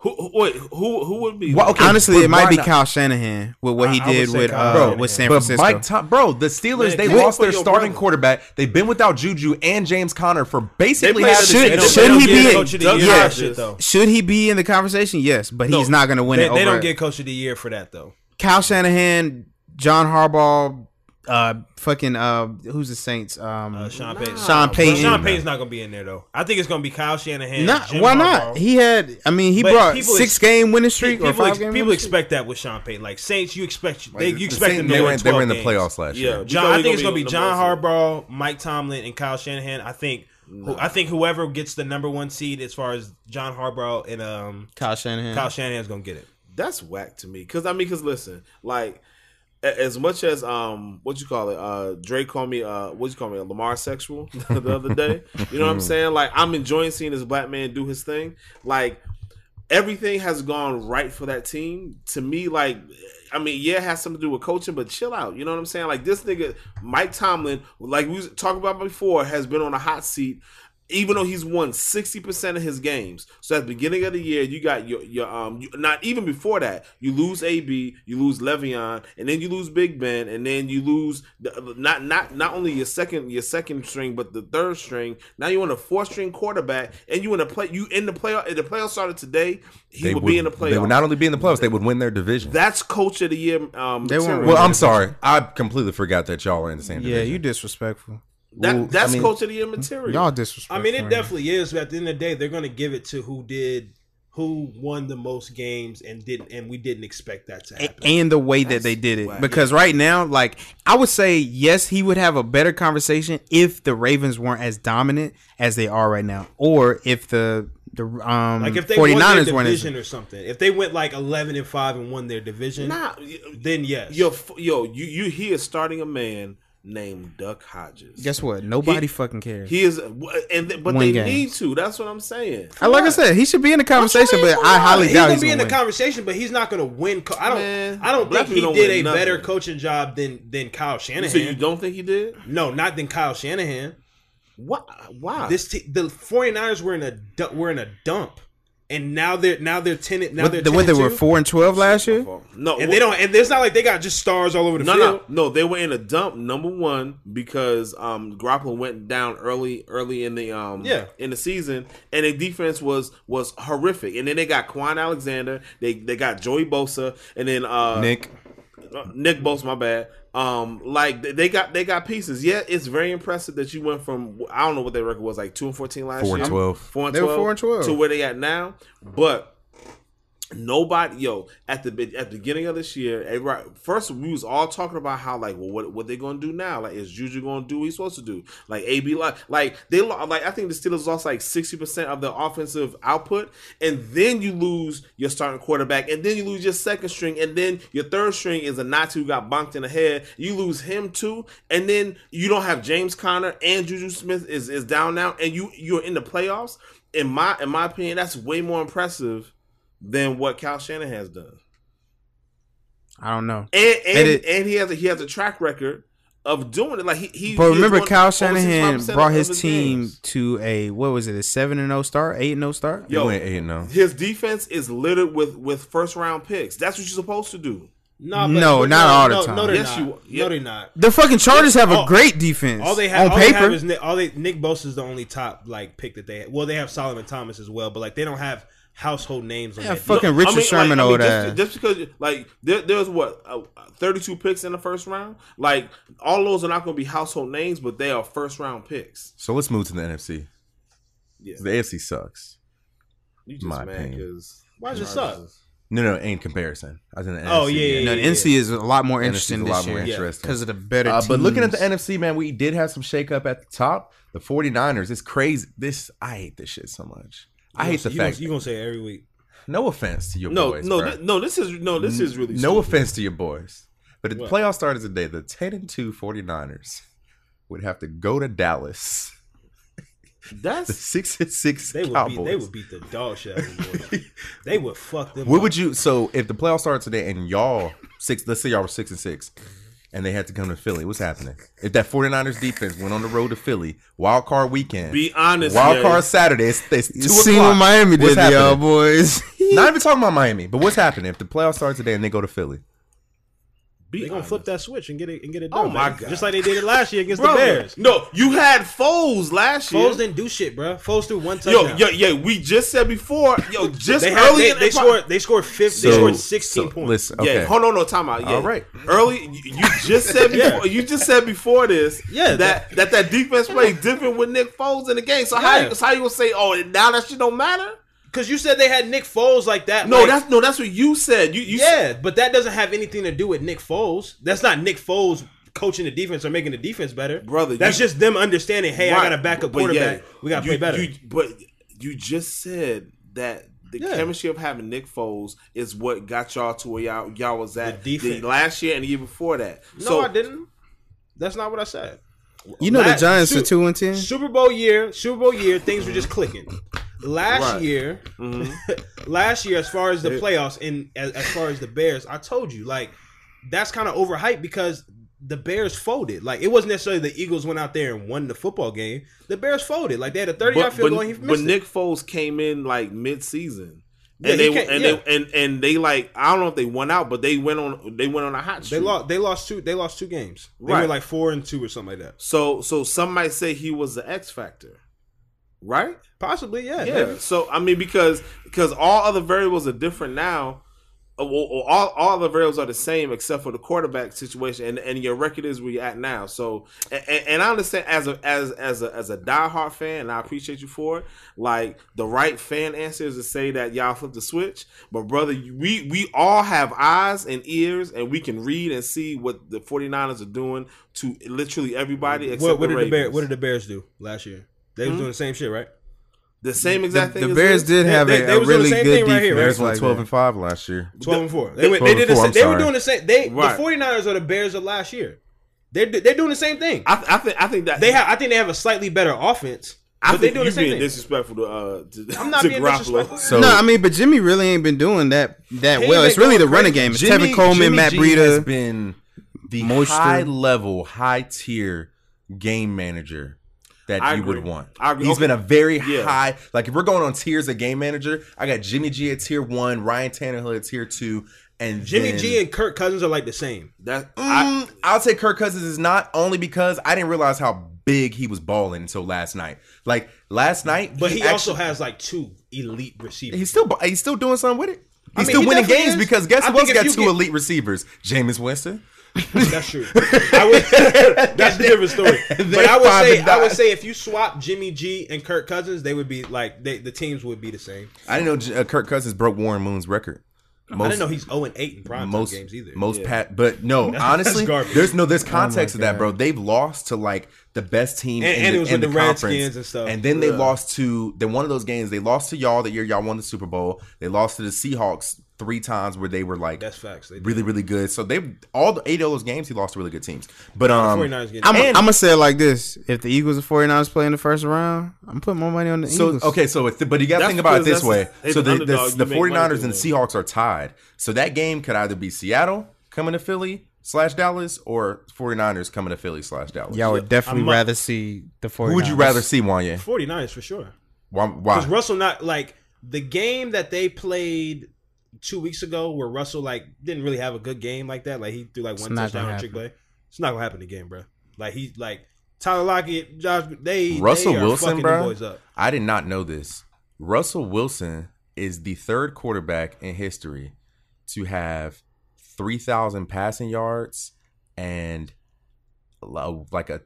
who, who wait who who would be Why, Honestly, but it might why be not? Kyle Shanahan with what he I- I would did say with Kyle uh, Shanahan. with San But Francisco. Mike Tom, bro, the Steelers Man, they give it lost for their your starting brother. quarterback. They've been without Juju and James Conner for basically play half the the They should season. don't- they should don't he get be coach of in, the year? Yeah. Yeah. Shit, though. should he be in the conversation? Yes, but No, he's not going to win They, it. they over- don't get coach of the year for that though. Kyle Shanahan, John Harbaugh, uh, fucking uh, who's the Saints? Um, Uh, Sean Payton. Sean But Payton. Sean Payton's not gonna be in there though. I think it's gonna be Kyle Shanahan. Not- Jim why Harbaughe. not? He had. I mean, he But brought people six ex- game winning Pe- streak people or five ex- game. people winning expect that with Sean Payton. Like Saints, you expect they you The expect Saints, them to they, were win in, they were in the 12 games. playoffs last yeah year. we John, thought I he think it's gonna gonna be John Harbaugh, Mike Tomlin, and Kyle Shanahan. I think who, I think whoever gets the number one seed as far as John Harbaugh and um, streak. Kyle Shanahan. Kyle Shanahan's gonna get it. that's whack to me because I mean because listen like a- as much as um what you call it uh Drake called me uh what you call me a Lamar sexual the other day you know what I'm saying like I'm enjoying seeing this black man do his thing like everything has gone right for that team to me like I mean yeah it has something to do with coaching but chill out you know what I'm saying like this nigga Mike Tomlin like we was talking about before has been on a hot seat even though he's won 60% of his games. So at the beginning of the year, you got your, your um you, not even before that, you lose AB, you lose Le'Veon, and then you lose Big Ben, and then you lose the, uh, not not not only your second your second string but the third string. Now you want a four string quarterback and you in the play you in the playoff if the playoff started today, he They would, would, be in the playoff. they would not only be in the playoffs, they would win their division. That's coach of the year um They weren't material. well, I'm sorry, I completely forgot that y'all are in the same yeah, division. you disrespectful. Ooh, I that, that's mean- coach of the year material. Y'all disrespectful. I mean, it right definitely is. But at the end of the day, they're going to give it to who did, who won the most games and didn't, and we didn't expect that to now. happen. A- And the way that they did it, because right now, like I would say, yes, he would have a better conversation if the Ravens weren't as dominant as they are right now, or if the the um like if they won their 49ers weren't. division As, or something, if they went like eleven and five and won their division, Nah, then yes, Yo, f- yo, you you he is starting a man named Duck Hodges. guess what? Nobody He- fucking cares. He is, and th- but Win they games. need to. That's what I'm saying. I like I said, he should be in the conversation, but I highly he's doubt gonna he's be in the gonna win. conversation, but he's not gonna win. Co- I don't, Man, I don't black think he people don't did win a nothing. better coaching job than than Kyle Shanahan. So you don't think he did? no, not than Kyle Shanahan. What? Ah. Why? This te- the 49ers were in a du- were in a dump, and now they're now they're tenant now What, they're the, what they 10 were two. four and twelve last year. no, and they don't and it's not like they got just stars all over the No, field. no, no. They were in a dump. Number one because um Garoppolo went down early, early in the um Yeah. in the season, and their defense was was horrific. And then they got Quan Alexander. They they got Joey Bosa, and then uh Nick, Uh, Nick Bosa, my bad. Um, like they- they got they got pieces. Yeah, it's very impressive that you went from I don't know what their record was like two and fourteen last four year, and twelve. four and They were four and 12. to where they at now. But nobody, yo, at the be- at the beginning of this year, everybody, first we was all talking about how like, well, what what they gonna do now? Like, is Juju gonna do what he's supposed to do? Like, AB, like, like they lo- like I think the Steelers lost like sixty percent of their offensive output, and then you lose your starting quarterback, and then you lose your second string, and then your third string is a Nazi who got bonked in the head. You lose him too, and then you don't have James Conner and Juju Smith is is down now, and you you're in the playoffs. In my in my opinion, that's way more impressive than what Cal Shannon has done. I don't know. And and, And and, it- he has a he has a track record of doing it. Like he, he But he's remember, won Kyle over 65% Shanahan of- brought of his team games. to a what was it, a seven and zero start, eight and oh zero start? They Yo. went eight and oh. zero. His defense is littered with with first round picks. That's what you're supposed to do. Nah, No, not all the no, time. No, they're Yes, not. you- yeah. No, they're not. The fucking Chargers have a All- great defense. All they have on all paper, they have is Nick, all they Nick Bosa's the only top like pick that they have. Well, they have Solomon Thomas as well, but like they don't have household names. on Yeah, that fuck defense. Fucking Richard Sherman like, old just, ass. just because like there, there's what uh, 32 picks in the first round. Like all those are not going to be household names, but they are first round picks. So let's move to the NFC. Yeah. The AFC sucks. You just My mad opinion. because Why does it suck? No, no, in comparison. I was in the NFC. Oh, yeah, yeah, no, the NC is a lot more interesting NFC's a this lot more year interesting. because of the better. Uh, but looking at the teams. NFC, man, we did have some shakeup at the top. The 49ers, it's crazy. This I hate this shit so much. I hate the you fact. Gonna, you gonna say it every week? no offense to your No, boys. no, bruh. thi- no. This is no. This is really no stupid. offense to your boys. But if the playoff started today, the 10 and 2 49ers would have to go to Dallas. The That's six and six They would Cowboys. beat. They would beat the dog shit out of the Warriors. They would fuck them. What up. would you? So if the playoffs started today and y'all six, let's say y'all were six and six, and they had to come to Philly, what's happening? If that 49ers defense went on the road to Philly, wild card weekend, be honest. wild Jay. card Saturday, it's, it's two You seen o'clock. what Miami What's did to y'all happening? boys. Not even talking about Miami, but what's happening if the playoffs start today and they go to Philly? Be They gonna honest. flip that switch and get it and get it Oh done. my baby. God. Just like they did it last year against Brother, the Bears. No, you had Foles last year. Foles didn't do shit, bro. Foles threw one Yo, touchdown. yo, yo, we just said before, yo, just they had, early they, in they the- scored. They scored fifty. they scored sixteen so, points. Listen, Yeah, okay. hold on, no time out. Yeah. All right. Early, you you just said before, Yeah. you just said before this, Yeah, that that that defense played different with Nick Foles in the game. So how Yeah. you so how you gonna say, oh, now that shit don't matter? Because you said they had Nick Foles like that. No, like- that's no, that's what you said. You, you said- yeah, but that doesn't have anything to do with Nick Foles. That's not Nick Foles coaching the defense or making the defense better, Brother, That's you- just them understanding. Hey, I Right. got a backup But yeah, quarterback. we got to you- play better. You, but you just said that the Yeah. chemistry of having Nick Foles is what got y'all to where y'all, y'all was at The defense. last year and the year before that. no, so I didn't. That's not what I said. You know the Last- Giants are shoot. two and ten. Mm-hmm. Super Bowl year, Super Bowl year, things were just clicking. Last Right. Mm-hmm. year, last year, as far as the playoffs and as, as far as the Bears, I told you like that's kind of overhyped because the Bears folded. Like it wasn't necessarily the Eagles went out there and won the football game. The Bears folded. Like they had a thirty yard but, field but, goal. And he but missed it. Nick Foles came in like mid-season. Yeah, and he they can't- and yeah. they and and they like I don't know if they went out, but they went on they went on a hot They streak. lost. They lost two. They lost two games. They were Right. like four and two or something like that. So so some might say he was the X factor, right? Possibly, yeah. Yeah. maybe. So I mean, because because all other variables are different now. Uh, well, well, all all the variables are the same except for the quarterback situation, and and your record is where you're at now. So and, and I understand as a as as a as a diehard fan, and I appreciate you for it. Like the right fan answer is to say that y'all flip the switch, but brother, we we all have eyes and ears, and we can read and see what the 49ers are doing to literally everybody except What, what the, did the Bears? Ravens. Hmm? What did the Bears do last year? They was doing the same shit, right? the same The, exact thing. the as Bears this? did They- have they- a, they a was doing the really same good thing right here, defense. right? Bears went like twelve that. and five last year. 12 and 4. They, went, they 12 did and the four, same. I'm They were sorry. doing the same. They Right. the 49ers are the Bears of last year. They're do- they're doing the same thing. I, th- I think I think that they have. I think they have a slightly better offense, I but think they doing you the same being thing. disrespectful to uh to, I'm not to being Garoppolo. disrespectful. So no, I mean, but Jimmy really ain't been doing that that He well. been It's really the going running crazy. game. It's Tevin Coleman, Matt G has Breida. been the Moisture. high level, high tier game manager that I you would agree. want. I agree. He's Okay. been a very Yeah. high. Like if we're going on tiers of game manager, I got Jimmy G at tier one, Ryan Tannehill at tier two, and Jimmy then- G and Kirk Cousins are like the same. That I, Mm, I'll say Kirk Cousins is not only because I didn't realize how big he was balling until last night. Like last night, But he, also actually- has like two elite receivers. he's still he's still doing something with it. He's I mean, still he winning definitely games is. because guess I who else think got if two you get- elite receivers? Jameis Winston. That's true. I would, that's a different story. And But I they're would five say and I would nine. say if you swap Jimmy G and Kirk Cousins, they would be like they, the teams would be the same. I didn't know J- uh, Kirk Cousins broke Warren Moon's record. Most, I didn't know he's 0 and 8 in prime most games either. Most pat, but no, honestly, garbage. Oh there's no there's context to that, bro. They've lost to like the best team And- in and the, it was in with the, the conference, Redskins and stuff. And then they lost to then one of those games they lost to y'all the year y'all won the Super Bowl. They lost to the Seahawks three times where they were like That's facts. They really really good. So they all the eight of those games he lost to really good teams. But um, 49ers getting I'm I'm, I'm gonna say it like this: If the Eagles and 49ers play in the first round, I'm putting my money on the So Eagles. okay, so if but you got to That's think about it because this way. that's- it's So an the, underdog, the, you the make money 49ers and doing it. Seahawks are tied. So that game could either be Seattle coming to Philly slash Dallas or 49ers coming to Philly slash Dallas. y'all would definitely I'm a- rather see the 49ers. Who would you rather see, Wanye? 49ers for sure. Why? why? Because Russell not like the game that they played two weeks ago, where Russell like didn't really have a good game like that. Like he threw like one not touchdown gonna on trick play. It's not gonna happen again, bro. Like he like Tyler Lockett, Josh. They Russell they are Wilson, fucking bro? them boys up. I did not know this. Russell Wilson is the third quarterback in history to have 3,000 passing yards and lo- like a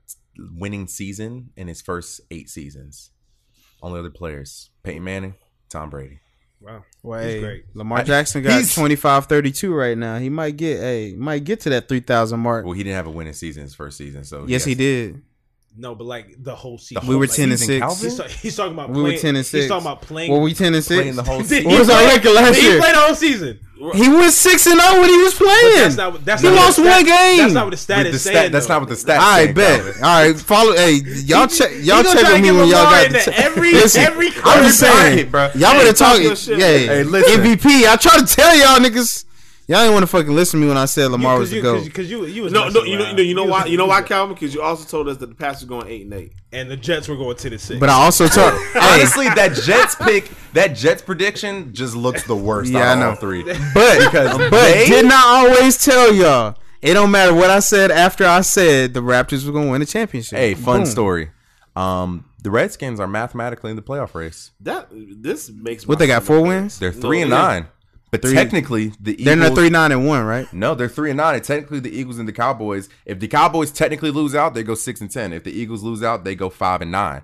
winning season in his first eight seasons. Only other players Peyton Manning, Tom Brady. Wow, Well, He's hey, great. Lamar I- Jackson got he's- 25 32 right now. He might get a might get to that 3000 mark. Well, he didn't have a winning season his first season, so yes, he did. No, but like the whole season. We were Like, ten and season, six. Calvin? He's, ta- he's talking about. We playing, were 10 and He's 6. talking about playing. Were we ten and six? Playing the whole Did season. he What was our play- record last did year? He played the whole season. He was six and zero when he was playing. That's not. what- That's He not what lost the stat- one game. That's not what the stat With the is stat- saying. that's though. not what the stats. I say, bet. Calvin. All right, follow. Hey, y'all check. Y'all He gonna check try with to me get when y'all Lamar got in the. the check. every- every I'm just corner saying, pocket, bro. Y'all would Hey, have talk talked. your shit. Yeah, Hey, listen. MVP. I try to tell y'all niggas. Y'all ain't want to fucking listen to me when I said Lamar Because was the you, goat. cause, cause you, you was No, no, messing you know, you around. know, you know was- why, you know was- why, Calvin? Because you also told us that the Pats are going eight and eight. And the Jets were going ten and six. But I also told. hey, Honestly, that Jets pick, that Jets prediction just looks the worst. Yeah, out of I all know. three. but Because but they- did not always tell y'all. It don't matter what I said after I said the Raptors were gonna win the championship. Hey, fun Boom. story. Um, the Redskins are mathematically in the playoff race. That this makes What my they got? stomach Four ache. wins. They're No, three and yeah. nine, but Three- technically the Eagles, They're in a three nine and one, right? No, they're three and nine. And technically, the Eagles and the Cowboys. If the Cowboys technically lose out, they go six and ten. If the Eagles lose out, they go five and nine.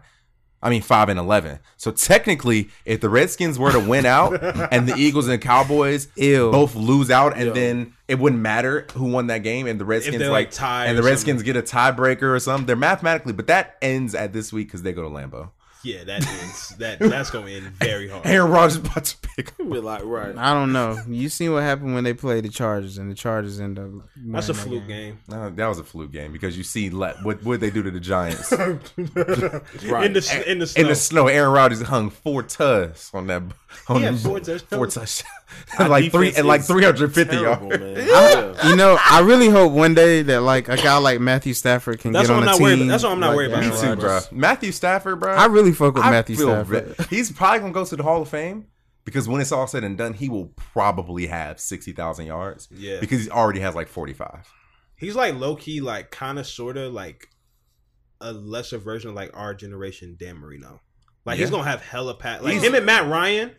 I mean five and eleven. So technically, if the Redskins were to win out and the Eagles and Cowboys Ew. both lose out, and then it wouldn't matter who won that game, and the Redskins they're, like like, tied and the or Redskins get a tiebreaker or something. They're mathematically, but that ends at this week because they go to Lambeau. yeah, that is that. That's going to end very hard. Aaron Rodgers about to pick. up. Be like, right. I don't know. You seen what happened when they played the Chargers, and the Chargers end up. That's winning a that fluke game. No, that was a fluke game because you see le- what what they do to the Giants. In the s- in the snow. In the snow, Aaron Rodgers hung four tugs on that. On Yeah, the- four touchdowns. Four touchdowns. And like three Defense and like is three hundred fifty terrible, yards. man. Yeah. You know, I really hope one day that like a guy like Matthew Stafford can That's get what on I'm the not team. worried about. That's what I'm not like worried about. Aaron Me too, Rodgers. bro. Matthew Stafford, bro. I really fuck with I Matthew feel Stafford. ve- he's probably gonna go to the Hall of Fame because when it's all said and done, he will probably have sixty thousand yards. Yeah. because he already has like forty five. He's like low key, like kind of, sort of, like a lesser version of like our generation Dan Marino. Like he's Yeah. gonna have hella pat. Like He's- him and Matt Ryan.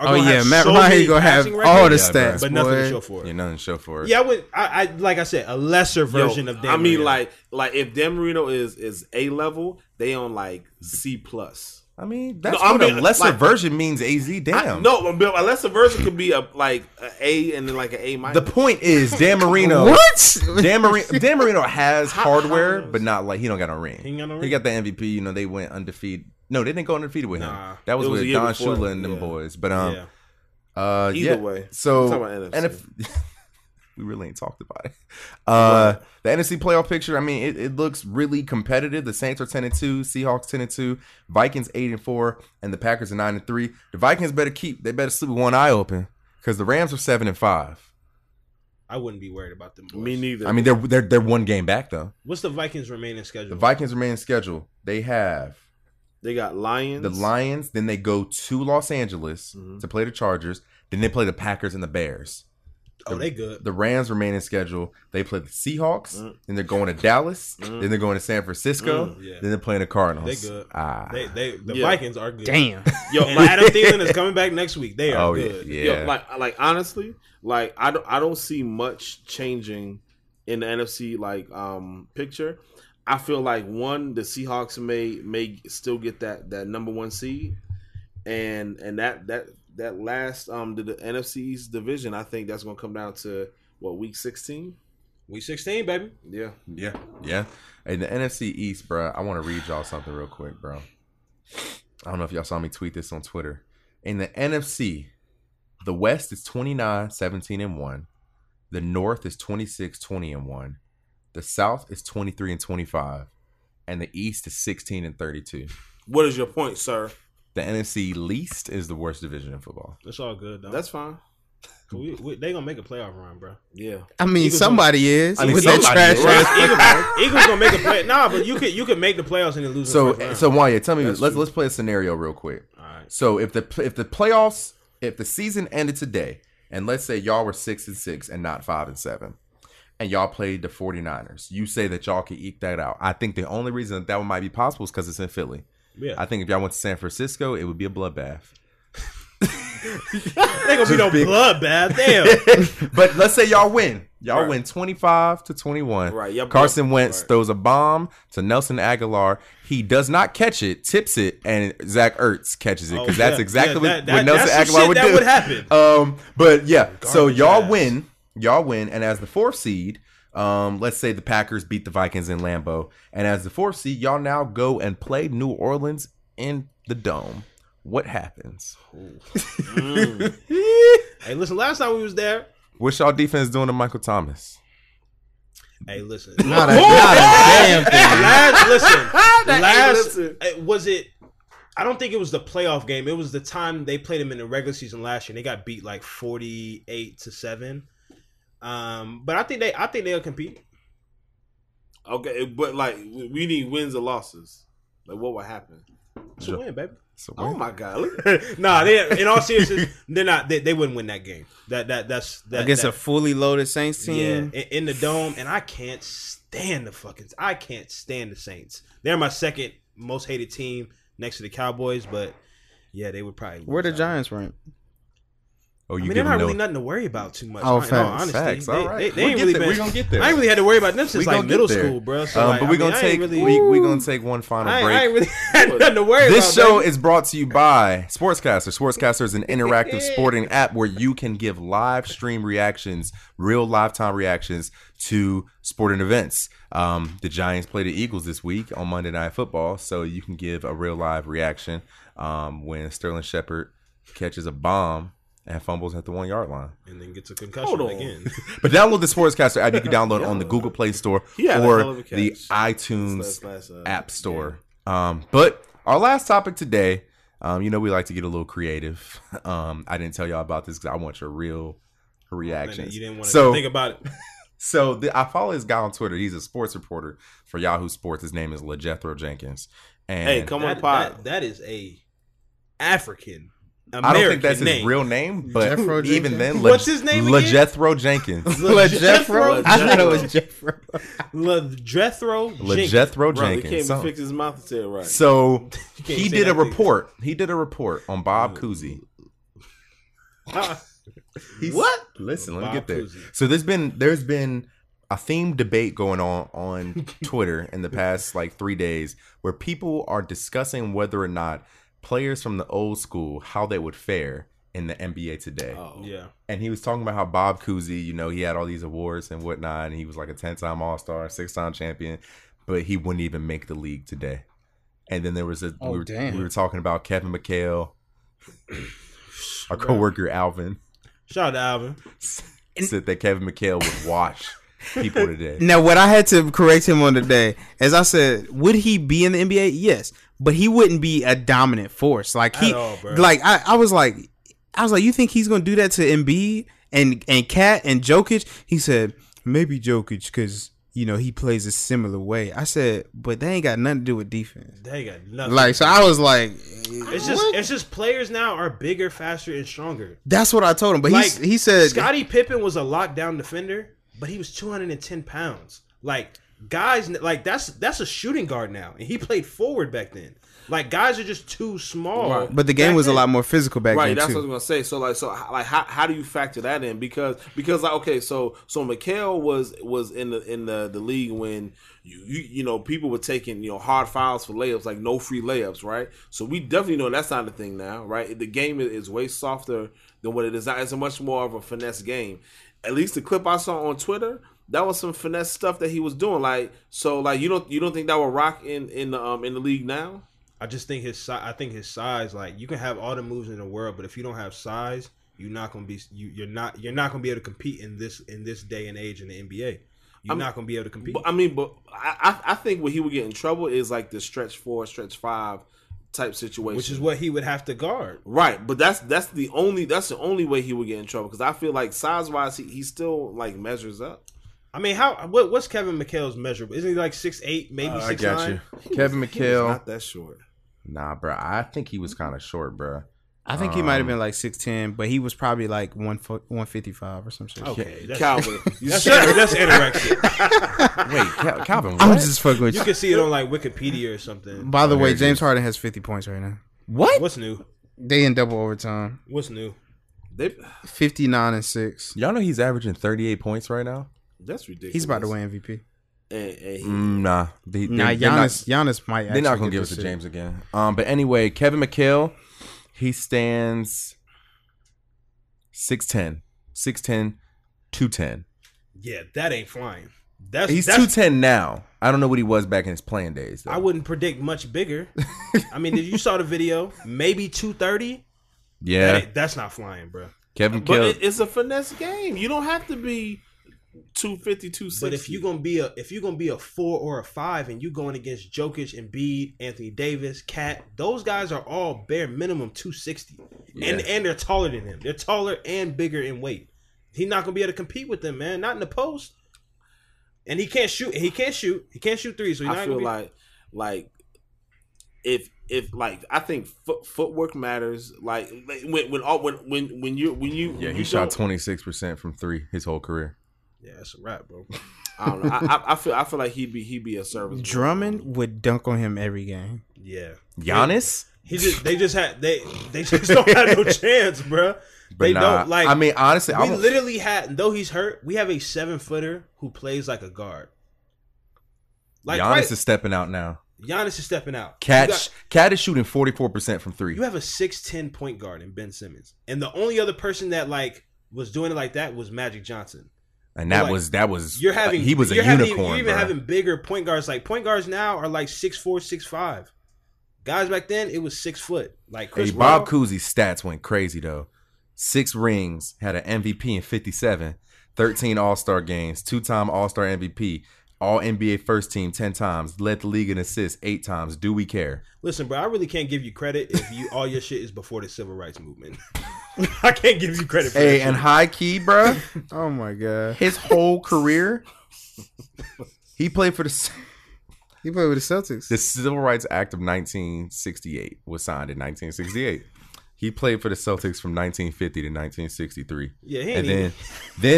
Are Oh gonna yeah, have Matt so Ryan many gonna have passing all the records, Yeah, bro. stats, but nothing to boy. show for it. Yeah, nothing to show for it. Yeah, I would. I, I like I said, a lesser version Yo, of Dan. I mean, Marino. like, like if Dan Marino is is A level, they on like C plus. I mean that's No, I what a mean, lesser like- version means. Az damn. I, no, but unless the version could be a like a A and then like an A minus. The point is Dan Marino. What? Dan Marino, Dan Marino has How- hardware, how- but not like he don't got a ring. He ain't got no He ring. got the MVP. You know, they went undefeated. No, they didn't go undefeated with Nah. him. That was, It was a with year Don before. Shula and them Yeah. boys. But um, yeah. uh, Either yeah. way. I'm so talking about and NFC. if we really ain't talked about it. Uh, the NFC playoff picture. I mean, it, it looks really competitive. The Saints are ten and two, Seahawks ten and two, Vikings eight and four, and the Packers are nine and three. The Vikings better keep. They better sleep with one eye open because the Rams are seven and five. I wouldn't be worried about them. Boys. me neither. I mean, they're they're they're one game back though. what's the Vikings' remaining schedule? The Vikings remain in schedule. They have they got Lions. the Lions, then they go to Los Angeles Mm-hmm. Mhm. to play the Chargers, then they play the Packers and the Bears. oh, they good. The Rams remain in schedule. They play the Seahawks, Mm. then they're going to Dallas, Mm. then they're going to San Francisco, Mm, yeah. then they're playing the Cardinals. They good. Ah. They, they, the Yeah. Vikings are good. Damn. Yo, And like- Adam Thielen is coming back next week. They are oh yeah, good. yeah. Yo, like like honestly, like I don't I don't see much changing in the NFC like um picture. I feel like one the Seahawks may may still get that that number one seed, and and that that that last um the, the NFC East division I think that's gonna come down to what week sixteen. Week 16, baby. Yeah, yeah, yeah. And the NFC East, bro. I want to read y'all something real quick, bro. I don't know if y'all saw me tweet this on Twitter. In the NFC, the West is 29, 17 and 1. The North is 26, 20 and 1. The South is 23 and 25. And the East is 16 and 32. what is your point, sir? The NFC least is the worst division in football. It's all good, though. That's fine. we, we, they going to make a playoff run, bro. Yeah, I mean, Eagles somebody is I mean, with that somebody trash is. ass. Eagles, Eagles going to make a play. Nah, but you could you could make the playoffs and then lose. in So the first so Wanya, tell me That's let's true. let's play a scenario real quick. round. all right. So if the if the playoffs, if the season ended today, and let's say y'all were six and six and not five and seven, and y'all played the 49ers, you say that y'all could eke that out. I think the only reason that, that one might be possible is because it's in Philly. Yeah, I think if y'all went to San Francisco, it would be a bloodbath. they gonna be no big- bloodbath. Damn, but let's say y'all win. Y'all all Right. win 25 to 21. Right, y'all Carson both- Wentz right. throws a bomb to Nelson Aguilar. He does not catch it, tips it, and Zach Ertz catches it Oh, because that's yeah, exactly yeah, what, that- what that- Nelson that's the Aguilar shit would that do. would happen. Um, but yeah, so Garbage y'all ass. win. Y'all win. And as the fourth seed, Um, let's say the Packers beat the Vikings in Lambeau, and as the fourth seed, y'all now go and play New Orleans in the dome. What happens? Oh. Mm. Hey, listen. Last time we was there. What's y'all defense doing to Michael Thomas? Hey, listen. Not a, not a damn thing. last listen. ain't last listen. eh, was it? I don't think it was the playoff game. It was the time they played him in the regular season last year. and They got beat like forty eight to seven. Um, but I think they, I think they'll compete. Okay, but like we we need wins or losses. Like what would happen? It's a win, baby. So Oh my god! Look, nah, they, in all seriousness, they're not. They, they wouldn't win that game. That that that's that, Against that, a fully loaded Saints yeah team. in, in the dome, and I can't stand the fucking. I can't stand the Saints. They're my second most hated team next to the Cowboys, but yeah, they would probably. Where the lose that Giants rank? oh, I you mean, they're give not them no really nothing to worry about too much. Oh, Oh, facts. honestly, facts. They, All right, they, they We'll ain't get really there. been. We gonna get there. I ain't really had to worry about them since gonna like get middle there. school, bro. So Um, like, but I we're mean, gonna I take ain't really, we we gonna take one final I ain't, break. I ain't really had nothing to worry about. this show baby. is brought to you by Sportscaster. Sportscaster is an interactive sporting app where you can give live stream reactions, real lifetime reactions to sporting events. Um, the Giants play the Eagles this week on Monday Night Football, so you can give a real live reaction um, when Sterling Shepard catches a bomb and fumbles at the one yard line. and then gets a concussion Hold on. again. But download the Sportscaster app. You can download it on the Google Play Store Yeah, that's hell or of a catch. the iTunes Slash, slash, uh, app store. Um, but our last topic today, um, you know, we like to get a little creative. Um, I didn't tell y'all about this because I want your real Man, reactions. you didn't want to so, think about it. so the, I follow this guy on Twitter. He's a sports reporter for Yahoo Sports. His name is LeJethro Jenkins. And Hey, come on, That, the that, pod. that is a African American I don't think that's name. his real name, but Jethro even Jenkins? then, What's his name again? LeJethro Jenkins. LeJeffro? I thought it was LeJeffro. LeJethro Jeffro. Jenkins. LeJethro Bro, he can't Jenkins. even So, fix his mouth to say it right. so can't he say did a that thing. report. He did a report on Bob Cousy. What? Listen, let me Bob get there. Cousy. So there's been there's been a theme debate going on on Twitter in the past like three days where people are discussing whether or not players from the old school how they would fare in the NBA today. Oh. Yeah. And he was talking about how Bob Cousy, you know, he had all these awards and whatnot, and he was like a ten time All Star, six time champion, but he wouldn't even make the league today. And then there was a Oh, we, were, damn. we were talking about Kevin McHale, our coworker Alvin Shout out to Alvin. said that Kevin McHale would watch people today. Now, what I had to correct him on today, as I said, would he be in the NBA? Yes, but he wouldn't be a dominant force. Like he, At all, bro. like I, I was like, I was like, you think he's gonna do that to Embiid and and Cat and Jokic? He said maybe Jokic because you know he plays a similar way. I said, but they ain't got nothing to do with defense. They got nothing. Like so, I was like, it's just it's just players now are bigger, faster, and stronger. that's what I told him. But Like he he said, Scottie Pippen was a lockdown defender, but he was 210 pounds. Like guys, like that's that's a shooting guard now, and he played forward back then. Like guys are just too small. Right. but the game back was a then. lot more physical back Right, then that's too. what I was gonna say. So like, so h- like, how, how do you factor that in? Because because like, okay, so so Mikhail was was in the in the, the league when you, you you know people were taking you know hard fouls for layups, like no free layups, right? So we definitely know that's not a thing now, right? The game is, is way softer than what it is now. It's a much more of a finesse game. At least the clip I saw on Twitter. That was some finesse stuff that he was doing. Like so, like you don't you don't think that would rock in in the um in the league now? I just think his size. I think his size. Like you can have all the moves in the world, but if you don't have size, you're not gonna be. You, you're not. You're not gonna be able to compete in this in this day and age in the NBA. You're I'm- not gonna be able to compete. But, I mean, but I, I I think where he would get in trouble is like the stretch four, stretch five type situation. which is what he would have to guard. right. But that's that's the only that's the only way he would get in trouble because I feel like size wise he, he still like measures up. I mean, how what, what's Kevin McHale's measurable? Isn't he like six eight, maybe Uh, I six got nine? you, Kevin He was McHale. not that short. Nah, bro, I think he was kind of short, bro. I think he might Um, have been like six ten, but he was probably like one one fifty five or some shit. Oh, Okay, that's, Calvin, you that's, shut up. that's anorexia. Wait, Cal- Calvin, what? I'm just fucking with You you. can see it on like Wikipedia or something. By the Oh, way, here it James is. Harden has 50 points right now. What's new? They in double overtime. What's new? They- 59 and 6. y'all know he's averaging 38 points right now. that's ridiculous. He's about to win MVP. And, and he, Mm, nah, they, Nah, they're not- Giannis, Giannis might They're not actually gonna get give us to this shit. James again. Um, but anyway, Kevin McHale, he stands 6'10", 6'10", 210. Yeah, that ain't flying. That's He's that's, two ten now. I don't know what he was back in his playing days. Though. I wouldn't predict much bigger. I mean, if you saw the video, maybe two thirty. yeah, that's not flying, bro. Kevin But Kelly. it, it's a finesse game. You don't have to be 250, 260. But if you're gonna be a if you're gonna be a four or a five, and you going against Jokic, Embiid, Anthony Davis, Cat, those guys are all bare minimum two sixty, and Yeah. and they're taller than him. They're taller and bigger in weight. He's not gonna be able to compete with them, man. Not in the post. And he can't shoot. He can't shoot. He can't shoot three. So he's not I gonna feel be. like like if if like I think foot, footwork matters. Like, like, when when all when when when you when you yeah, you he shot don't- twenty six percent from three his whole career. yeah, that's a wrap, bro. I don't know. I, I, I feel I feel like he'd be he'd be a service. Drummond would dunk on him every game. Yeah, Giannis, he just they just had they they just don't have no chance, bro. but they nah, don't like. I mean, honestly, I we won't- literally had though he's hurt. We have a seven footer who plays like a guard. Like Giannis right- is stepping out now. Giannis is stepping out. Cat, you, got- Cat is shooting forty four percent from three. you have a six ten point guard in Ben Simmons, and the only other person that like was doing it like that was Magic Johnson. And that Like, was that was You're having like, he was a you're having- e- unicorn. you're even bruh. having bigger point guards. Like point guards now are like six four, six five. Guys back then, it was six foot. Like Chris hey, Bob Paul- Cousy stats went crazy though. Six rings, had an MVP in 57, 13 All Star games, two time All Star MVP, All NBA first team 10 times, led the league in assists eight times. Do we care? Listen, bro, I really can't give you credit if you all your shit is before the civil rights movement. I can't give you credit for Hey, that and shit. high key, bruh, Oh my god, his whole career, he played for the, C- he played with the Celtics. the Civil Rights Act of 1968, was signed in 1968. He played for the Celtics from 1950 to 1963. Yeah, he ain't and even- then,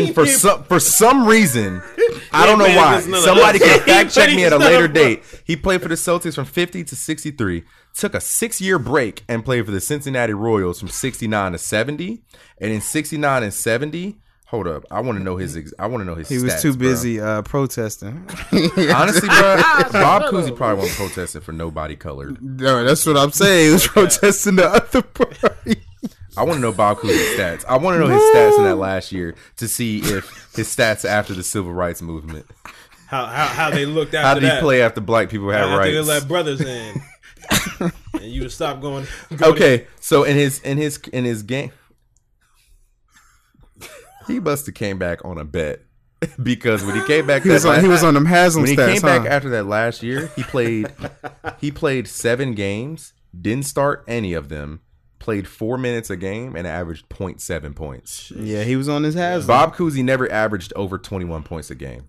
then for some for some reason, I don't know man, why. it's none of Somebody us. can fact check me at a It's none later of us. date. He played for the Celtics from 50 to 63, took a six year break, and played for the Cincinnati Royals from 69 to 70. And in 69 and 70, hold up, I want to know his. Ex- I want to know his. He was stats, too bro. busy uh, protesting. Honestly, bro, Bob Cousy probably wasn't protesting for nobody colored. no, that's what I'm saying. He was protesting the other party. I want to know Bob Cousy's stats. I want to know his stats in that last year to see if his stats after the Civil Rights Movement. how, how how they looked How after did he that. play after black people had After they rights? let brothers in, and you would stop going. going okay, so in his in his in his game, he must have came back on a bet because when he came back, He was that on, he last- was on them Haslam when he stats. came back huh? after that last year, he played he played seven games, didn't start any of them, played four minutes a game, and averaged 0.7 points. yeah, he was on his Haslam. Bob Cousy never averaged over 21 points a game.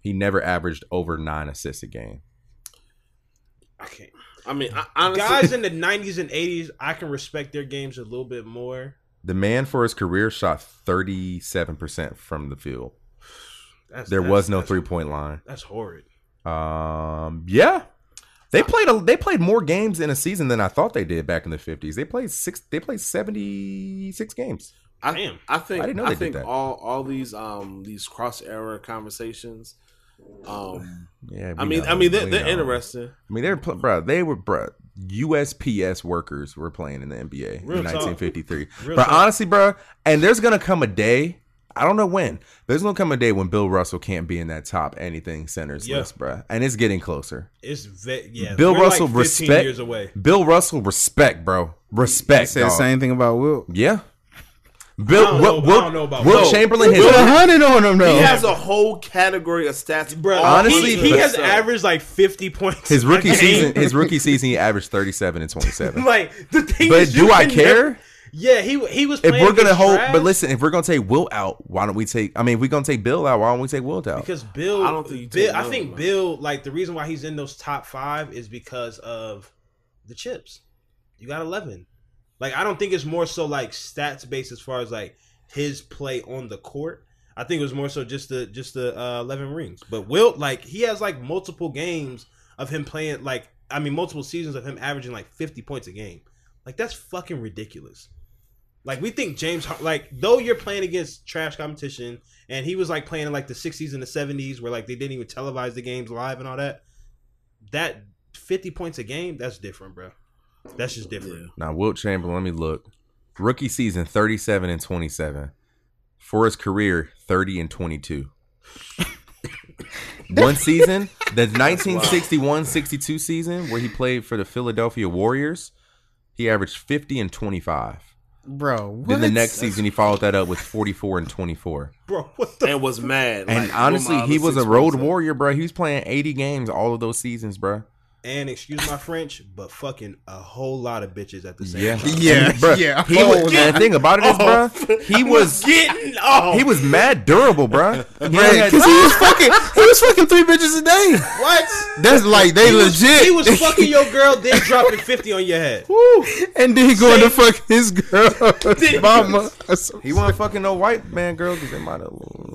He never averaged over nine assists a game. I can't. I mean, I, honestly, Guys in the '90s and '80s, I can respect their games a little bit more. The man for his career shot 37% from the field. That's, There that's- was no that's- three point line. That's horrid. Um, yeah, they played a, they played more games in a season than I thought they did back in the fifties. They played six. They played seventy six games. I, Damn. I think I I, didn't know they did think that. all all these um these cross era conversations. Um, Yeah, I we mean, know. I mean, they're, We they're know. interesting. I mean, they're pl- bro. They were bro. USPS workers were playing in the NBA Real in talk. 1953. Real but talk. honestly, bro, and there's gonna come a day. I don't know when. There's gonna come a day when Bill Russell can't be in that top anything centers Yeah. list, bro. And it's getting closer. It's ve- yeah. Bill we're Russell like 15 respect. years away. Bill Russell respect, bro. He Respect. said the dog. same thing about Will. Yeah. Bill, Will, don't know- I Will, don't know about Will Will. Chamberlain Put a has hundred on him He though. has a whole category of stats. Bro, all Honestly, honestly, he, by has himself. averaged like 50 points. his a rookie game. season. His rookie season, he averaged thirty-seven and twenty-seven. Like the thing. But is, you do I can never- care? yeah, he he was. If playing we're gonna against hold, trash but listen, if we're gonna take Will out, why don't we take? I mean, if we're gonna take Bill out, why don't we take Will out? because Bill. I don't think you take Bill, I none of think them out. Bill. Like the reason why he's in those top five is because of the chips. You got eleven. Like I don't think it's more so like stats based as far as like his play on the court. I think it was more so just the just the uh, eleven rings. But Will, like he has like multiple games of him playing like I mean multiple seasons of him averaging like fifty points a game. Like that's fucking ridiculous. Like we think James, Har- like though you're playing against trash competition, and he was like playing in like the '60s and the '70s, where like they didn't even televise the games live and all that. That 50 points a game, that's different, bro. That's just different. Now, Wilt Chamberlain, let me look. Rookie season, 37 and 27. For his career, 30 and 22. one season, the 1961-62 season where he played for the Philadelphia Warriors, he averaged 50 and 25. bro. What? Then the next season he followed that up with 44 and 24. bro. What the? and was mad. And like, honestly, Roman he was a six road foot seven. warrior, bro. He was playing 80 games all of those seasons, bro. And excuse my French, but fucking a whole lot of bitches at the same Yeah. time. Yeah, And, bruh, yeah. Oh. He was, and the thing about it is, bro, he was getting off. he was mad durable, bro. Because he was fucking, he was fucking three bitches a day. What? That's like they legit. He was fucking your girl, then dropping fifty on your head. and then he going to fuck his girl, mama. He wasn't fucking no white man girl because they might have.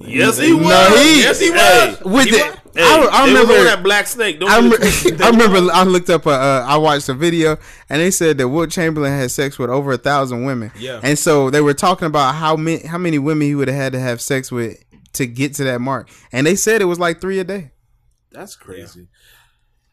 Yes, he was. No, he- yes, he was. Hey, with he the- was. I- I they was remember- on that black snake. Don't I, get it rem- I remember I looked up a, uh, I watched a video and they said that Will Chamberlain had sex with over a thousand women. Yeah. And so they were talking about how many how many women he would have had to have sex with to get to that mark, and they said it was like three a day. That's crazy.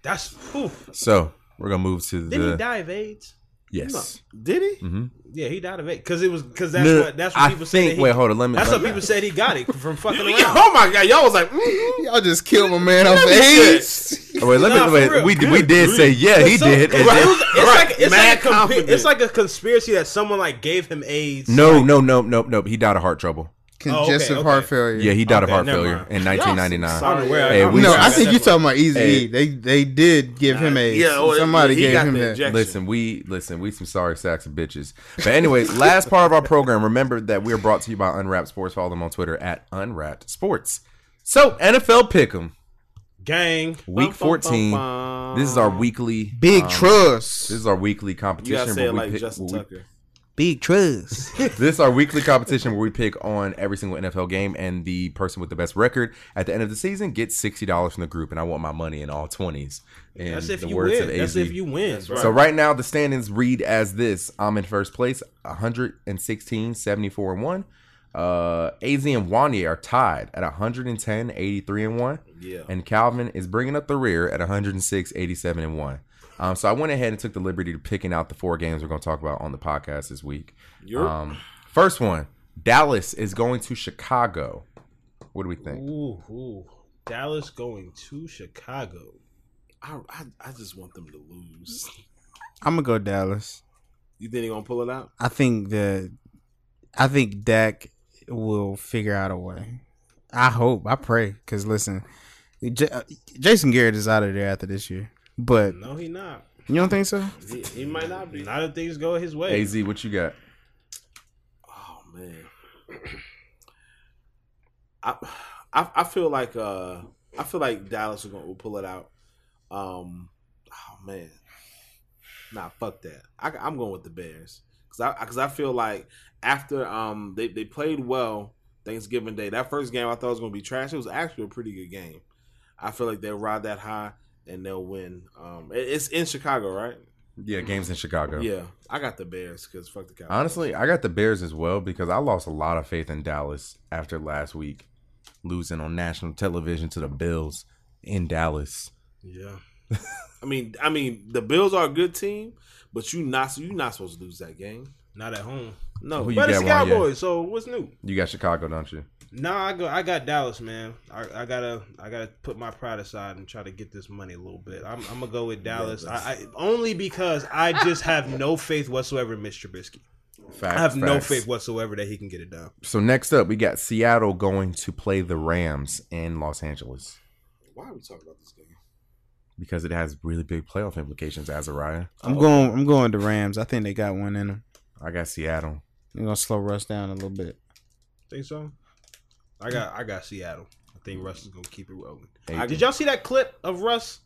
That's whew. So we're gonna move to Didn't he the die of AIDS? yes. Mm-hmm. Did he? Yeah, he died of AIDS because it was because that's No, what that's what I people said. that think- he- wait, hold on, let me- That's let what me- people said he got it from fucking Yeah, around. Oh my god, y'all was like, mm, Y'all just killed my man off yes. AIDS. Oh, wait, let me. Nah, for Wait, real. we we did say yeah, he So- did. and right, then- it was- it's Right. like it's Mad like, a compi- confidence. it's like a conspiracy that someone like gave him AIDS. no, no, no, no, no. He died of heart trouble. Congestive Oh, okay. heart failure. Yeah, he died of Okay, heart never failure mind. in 1999. sorry. Where I- Hey, I'm we- no, sorry, I think that's you why. talking about Easy Hey. E. They they did give him AIDS. Yeah, well, somebody he gave got him the that. injection. Listen, we listen. We some sorry sacks of bitches. But anyways, last part of our program. Remember that we are brought to you by Unwrapped Sports. Follow them on Twitter at Unwrapped Sports. So NFL Pick'em gang. Week 14. This is our weekly Big um, trust. This is our weekly You gotta competition. say where it we like pick- Justin where we- Tucker. Big trust. This is our weekly competition where we pick on every single NFL game, and the person with the best record at the end of the season gets sixty dollars from the group. And I want my money in all twenties. And That's if the you words win. of That's AZ. if you win. bro. So right now the standings read as this. I'm in first place, 116, 74 and 1. Uh AZ and Wanye are tied at 110, 83 and 1. Yeah. And Calvin is bringing up the rear at 106, 87 and 1. Um so I went ahead and took the liberty to picking out the four games we're going to talk about on the podcast this week. Yep. Um first one, Dallas is going to Chicago. What do we think? Ooh, ooh. Dallas going to Chicago. I, I, I just want them to lose. I'm gonna go Dallas. You think they gonna pull it out? I think the I think Dak will figure out a way. I hope. I pray. Because listen, J- uh, Jason Garrett is out of there after this year. But No, he not. you don't think so? He, he might not be. Not if things go his way. AZ, what you got? Oh man. I, I I feel like uh I feel like Dallas will, gonna, will pull it out. Um, oh man, nah, fuck that. I, I'm going with the Bears because I because I feel like after um they, they played well Thanksgiving Day that first game I thought was gonna be trash. It was actually a pretty good game. I feel like they'll ride that high and they'll win. Um, it- it's in Chicago, right? Yeah, games in Chicago. Yeah, I got the Bears because fuck the Cowboys. Honestly, I got the Bears as well because I lost a lot of faith in Dallas after last week losing on national television to the Bills in Dallas. Yeah. I mean, I mean, the Bills are a good team, but you not you not supposed to lose that game. Not at home. No, Who you but it's got, the Wanye? Cowboys, so what's new? You got Chicago, don't you? Nah, I go. I got Dallas, man. I, I gotta, I gotta put my pride aside and try to get this money a little bit. I'm, I'm gonna go with Dallas. I, I only because I just have no faith whatsoever in Mr. Trubisky. Facts, I have no facts. faith whatsoever that he can get it done. So next up, we got Seattle going to play the Rams in Los Angeles why are we talking about this game? because it has really big playoff implications. Azariah, Oh. I'm going. I'm going to Rams. I think they got one in them. I got Seattle. They're gonna slow Russ down a little bit. Think so? I got, I got Seattle. I think Russ is gonna keep it rolling. Hey, Did y'all see that clip of Russ?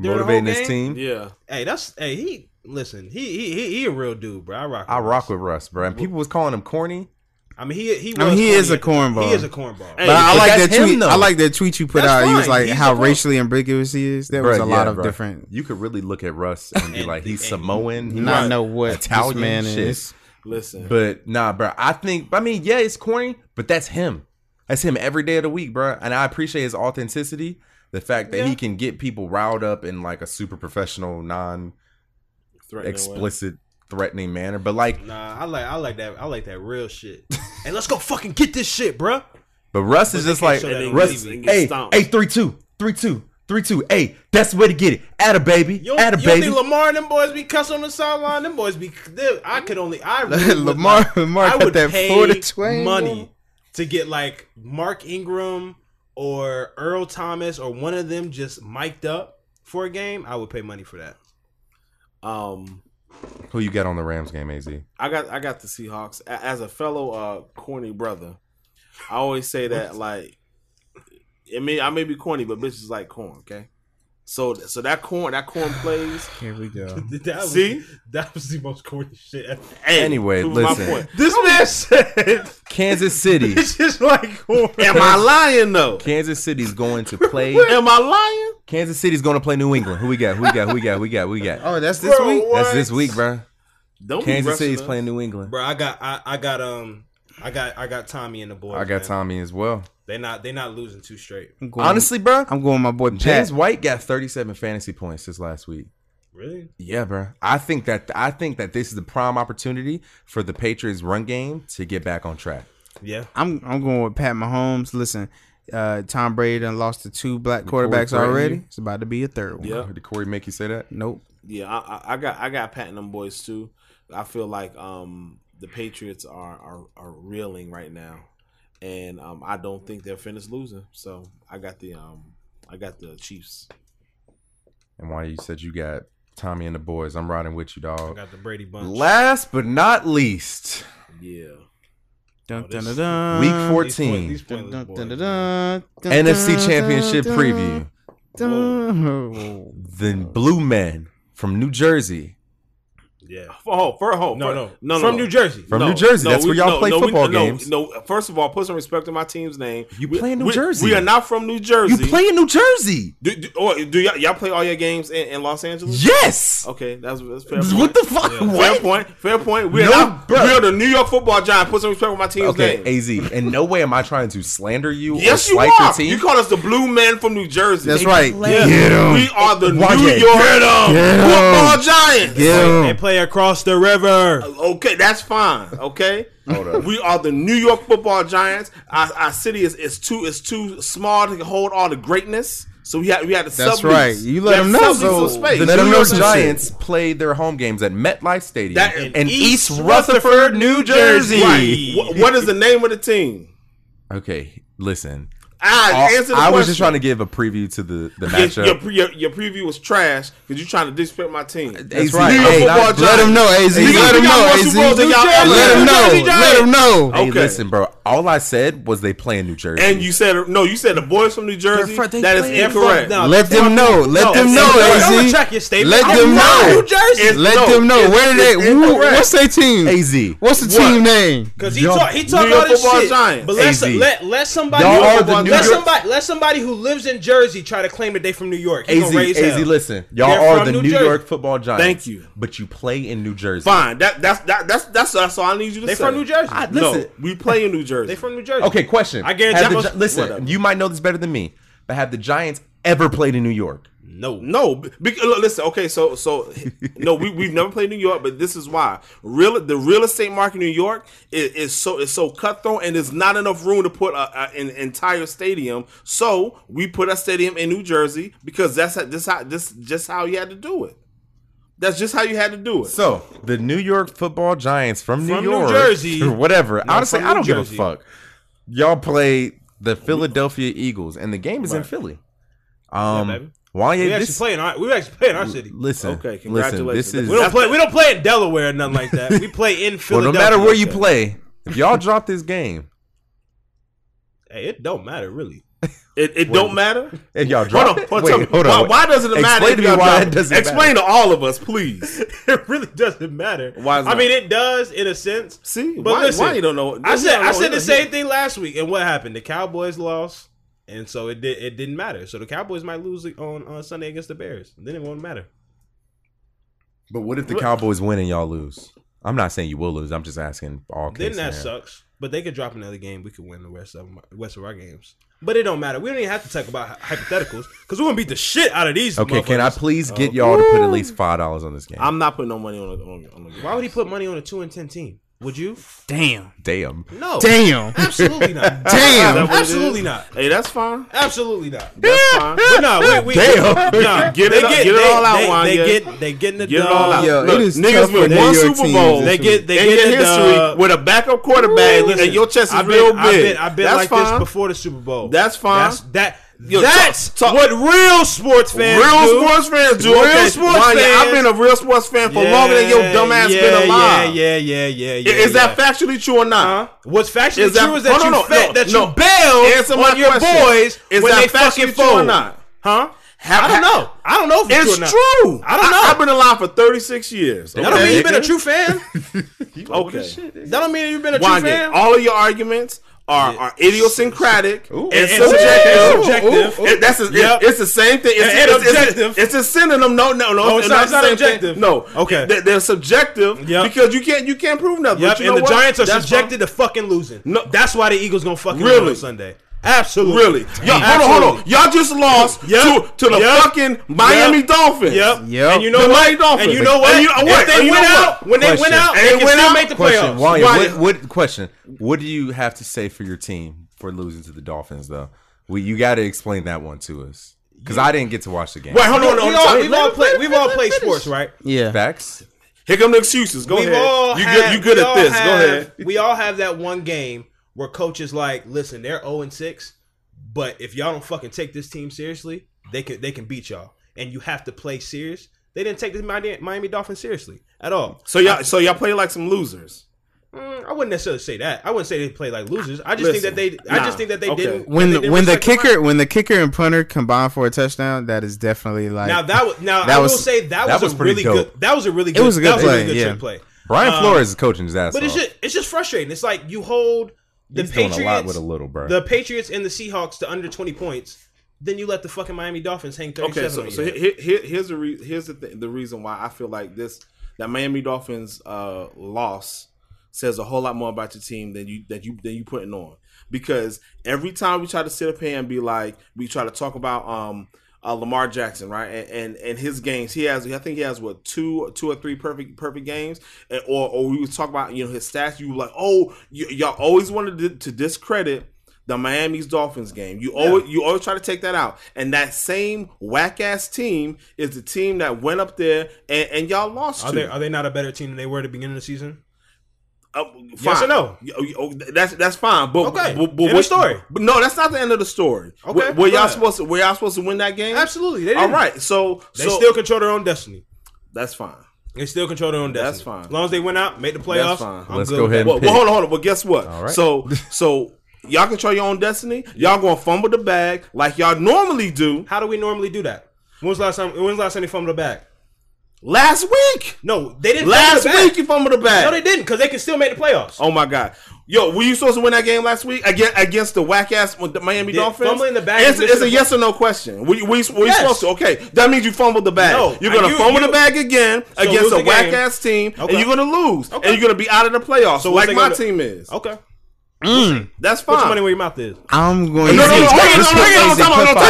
during the motivating whole this game? team. Yeah, Hey, that's hey. He listen. He he he, he a real dude, bro. I rock. I rock Russ. with Russ, bro. And people was calling him corny. I mean, he he. I mean, was he is a corny at the- cornball. He is a cornball. Hey, But I but like that's that him, tweet. though. I like that tweet you put That's out. He was fine. like He's how the pro. racially ambiguous he is. There was Bruh, a lot yeah, of bruh. different. You could really look at Russ and be And like, the- he's and- Samoan, he's Not know what Italian this man shit. is. listen, But nah, bro. I think. I mean, yeah, it's corny, but that's him. That's him every day of the week, bro. And I appreciate his authenticity. The fact that he can get people riled up in like a super professional, non-explicit, threatening threatening manner. But like, Nah, I like I like that I like that real shit. and let's go fucking get this shit, bruh. But Russ is they just can't like show that on Russ. TV. Get Hey, stomped. hey, three two, three two, three two. Hey, that's the way to get it. At a baby, You don't, at a you don't baby. think Lamar and them boys be cussing on the sideline? Them boys be. they- I could only. I really would Lamar- like- Lamar I got would that pay Florida twang going. money to get like Mark Ingram or Earl Thomas or one of them just mic'd up for a game. I would pay money for that. Um, Who you got on the Rams game, Az? I got I got the Seahawks A- as a fellow uh corny brother. I always say that like, I mean I may be corny, but bitches like corn. Okay, so so that corn that corn plays. Here we go. That was, See? that was the most corny shit. ever. Hey, Anyway, prove listen. This man said, Kansas City. "It's just like corny." Am I lying though? Kansas City's going to play. Am I lying? Kansas City's going to play New England. Who we got? Who we got? Who we got? Who we got? Who we got? Oh, that's this Bro, week. That's what? this week, bro. Don't be Kansas rushing City's us. playing New England. bro. I got, I, I got, um, I got, I got Tommy and the boys. I man. got Tommy as well. They not, they not losing too straight. I'm going, Honestly, bro, I'm going with my boy Pat. James White got 37 fantasy points this last week. Really? Yeah, bro. I think that I think that this is the prime opportunity for the Patriots run game to get back on track. Yeah. I'm I'm going with Pat Mahomes. Listen, uh, Tom Brady done lost to two black Corey quarterbacks Brady. already. It's about to be a third one. Yeah. Did Corey make you say that? Nope. Yeah, I, I- I got I got Pat and them boys too. I feel like um the Patriots are are, are reeling right now, and um I don't think they're finished losing. So I got the um I got the Chiefs. And why you said you got Tommy and the boys? I'm riding with you, I dog. got the Brady bunch. Last but not least, Yeah, Dun, Oh, dun, this- dun, dun. Week These point- 14, these Dun, pointless dun, boys, dun, dun, man. dun, dun, NFC dun, Championship dun, preview. dun. Whoa. The Blue Men from New Jersey. Yeah. for home, for home, No, Oh, for, no, no, From no. New Jersey. From New Jersey. That's where y'all play football no, games. No, first of all, put some respect to my team's name. You We- play in New we- Jersey. We are not from New Jersey. You play in New Jersey? Do, do, or do y'all, y'all play all your games in, in Los Angeles? Yes. Okay, that's, that's fair. point. What the fuck? Yeah. Fair What? point. Fair point. We're No, not. bruh. We're the New York Football Giants. Put some respect on my team's Okay, name. Az. In no way am I trying to slander you yes, or you slight your are. team. You call us the Blue Men from New Jersey. That's right. Yeah. Get 'em. We are the Why New can't- York Get 'em. Football Giants. Get They 'em. play across the river. Okay, that's fine. Okay, we are the New York Football Giants. Our, our city is, is too is too small to hold all the greatness. So we had we had to. That's sublease. right. You let them We had to know, sublease though. some The Let space. New them know York some Giants played their home games at MetLife Stadium That- in, in East, East Rutherford, Rutherford, New New Jersey. Jersey. Wh- what is the name of the team? Okay, listen. Uh, Ah, answer the I question. was just trying to give a preview to the, the Your, matchup. your, pre- your, your preview was trash because you're trying to disrespect my team. AZ, right. hey, New York football not- giants. Let him know, AZ. Nigga, Let we him got know, more AZ. Super Bowls than y'all ever Let had. him know. Jersey Let him Giants. know. Hey, Okay. listen, bro. All I said was they play in New Jersey. And you said no. You said the boys from New Jersey. They're fr- they that is play- They're from- incorrect. no, Let they're them from- know. Let them know, don't- AZ. don't retract your statement. Let I'm them from know. New Jersey. Let no, them know. it's- Where it's did they? who- incorrect. What's their team? AZ. What's the What? team name? Because he Y'all- talk, he talk New York all this Football shit. Giants. But let, AZ. some, let let somebody Y'all are the let New York- somebody let somebody who lives in Jersey try to claim that they from New York. He AZ, gonna raise AZ, hell. listen. Y'all They're are from the New, New Jersey. York football giants. Thank you. But you play in New Jersey. Fine. That that's that, that's that's that's all I need you to They say. from New Jersey. I- No, listen. we play in New Jersey. They from New Jersey. Okay, question. I guarantee Have I'm the gonna- Gi- Listen, Whatever. you might know this better than me, but have the Giants ever played in New York? No. no, be- be- look, listen. Okay, so so no, we we've never played New York, but this is why real the real estate market in New York is, is so is so cutthroat, and there's not enough room to put a, a, an entire stadium. So we put a stadium in New Jersey because that's how, this how this just how you had to do it. That's just how you had to do it. So the New York football Giants from, From New New York, Jersey. or whatever. Honestly, from I New don't give a Jersey. fuck. Y'all play the Philadelphia Eagles, and the game is in Philly. Um, baby. why We actually this? play in our we actually play in our city. listen, Okay, listen. This congratulations. is We don't play we don't play in Delaware or nothing like that. We play well. in No Philadelphia. matter where you play, if y'all drop this game, Hey, it don't matter really. It, it don't matter. if y'all Hold drop, on, it- hold on, wait, tell me, hold on. Why, why doesn't it matter? Explain if to me y'all why drop- it doesn't Explain to all of us, please. it really doesn't matter. Why is I not? mean, it does in a sense. See, but why, listen, why you don't know? I said I said the same same thing last week, and what happened? The Cowboys lost, and so it did. It didn't matter. So the Cowboys might lose on on Sunday against the Bears. Then it won't matter. But what if the Cowboys win and y'all lose? I'm not saying you will lose. I'm just asking all Then cases. that sucks. But they could drop another game. We could win the rest of them, rest of our games. But it don't matter. We don't even have to talk about hy- hypotheticals because we're gonna beat the shit out of these. Okay, can I motherfuckers. Oh. please get y'all to put at least five dollars on this game? I'm not putting no money on. the- on, on the Why would he put money on a two and ten team? Would you? Damn. Damn. No. Damn. Absolutely not. Damn. Is that what it is? Absolutely not. Hey, that's fine. Absolutely not. That's fine. But no, we, we, Damn. Nah, Get they it- get it they- all out, they- Juan, They, yeah. get they getting it Get it done. all out. Yo, Look, it is niggas tough with for New one York Super teams Bowl, to They get they in get your it history done. with a backup quarterback, and your chest is I've been, real I've big. been, I've been That's like fine. this before the Super Bowl. That's fine. That's, that Yo, that's talk- talk- what real sports fans Real do. sports fans do. Real Okay, sports Wanya, fans. I've been a real sports fan for longer than your dumb ass yeah, been alive. Yeah, yeah, yeah, yeah. I- Is yeah. that factually true or Huh? not? What's factually Is that- true is no, that no, you no, fa- no, that you no. bailed Answer my on your question. boys Is when that they factually fucking true or fold. not? Huh? Ha- I don't ha- know. I don't know if it's, It's true. or not. true. I don't know. I've been alive for 36 years. That don't mean you've been a nigga? true fan. Okay. That don't mean you've been a true Wanya, fan. all of your arguments are, are idiosyncratic and And subjective. subjective. Ooh, ooh, ooh. It- that's a- it- Yep. It's the same thing. It's, And it's- it's- objective. It's a synonym. No, no, no. No, it's not- the it's not same thing. objective. No. Okay. They, they're subjective Yep. because you can't you can't prove nothing. Yep, But you and know the what? Giants are That's subjected to fucking losing. No. No, that's why the Eagles gonna fucking Really? win on Sunday. Absolutely, Really? Y'all, hold on, hold on. Y'all just lost Yep. to, to the Yep. fucking Miami Yep. Dolphins. Yep. Yep. And you know The what? Miami Dolphins. And you know what? And you- wait, if they and you went know out, what? when they went Question. out, And they can it went still out? make the Question. playoffs. Wanya, Wanya. what, what question? What do you have to say for your team for losing to the Dolphins though? We you got to explain that one to us because I didn't get to watch the game. Wait, hold on. We hold all- on. We've all played. We've all played sports, right? Yeah. Facts. Here come the excuses. Go We've ahead. all you had- good? You good we at all this? Go have- ahead. We all have that one game where coach is like, "Listen, they're zero and six, but if y'all don't fucking take this team seriously, they can they can beat y'all, and you have to play serious." They didn't take the Miami Miami Dolphins seriously at all. So y'all, so y'all play like some losers. Mm, I wouldn't necessarily say that. I wouldn't say they play like losers. I just think Listen, that they. I nah, just think that they okay. didn't. When they the didn't when the respect round. kicker when the kicker and punter combine for a touchdown, that is definitely like Now that was now That I will was- say that, that was, was a pretty really dope. good. That was a really good. was a good that was play, really good yeah. trick play. Brian Um, Flores is coaching his ass But it's off. just it's just frustrating. It's like you hold the He's Patriots doing a lot with a little, bro. the Patriots and the Seahawks to under twenty points. Then you let the fucking Miami Dolphins hang thirty-seven. Okay, so, on so you. here, here, here's the re- here's the th- the reason why I feel like this that Miami Dolphins uh, loss says a whole lot more about your team than you that you than you putting on because every time we try to sit up here and be like we try to talk about um uh, Lamar Jackson right and, and and his games he has I think he has what two two or three perfect perfect games and, or or we was talking about you know his stats you were like oh y- y'all always wanted to, to discredit the Miami's Dolphins game. You always you always try to take that out. And that same whack ass team is the team that went up there and, and y'all lost are to. they are they not a better team than they were at the beginning of the season? Uh, fine. Yes or no? You- you- oh, that's that's fine. But Okay. but, but End of what- story. But no, that's not the end of the story. Okay, Were, were go y'all ahead. supposed to were y'all supposed to win that game? Absolutely, they All didn't. right. So They so- still control their own destiny. that's fine. They still control their own destiny. That's fine. As long as they went out, made the playoffs. fine. I'm Let's good go with ahead that. Well, and well, pick. hold on, hold on. But guess what? All right. So so y'all control your own destiny. Y'all gonna fumble the bag like y'all normally do. How do we normally do that? When was the last time? When was the last time they fumbled the bag? Last week, No, they didn't. fumble last the bag. week you fumbled the bag. No, they didn't because they can still make the playoffs. Oh my god. Yo, were you supposed to win that game last week against against the whack ass Miami Did- Dolphins? fumbling the bag It's, and it's missing the- a yes or no question. Were you, were you, were you Yes. supposed to? Okay, that means you fumbled the bag. No, you're gonna you- fumble the you- bag again lose against a the whack game. ass team, Okay. and you're gonna lose, Okay. and you're gonna be out of the playoffs, So what's like they my gonna- team is. Okay, put Mm, That's your fine. money where your mouth is. I'm going No, to no, no, no, Let's go no, no, no, no, no, crazy. no, no, Put no, five.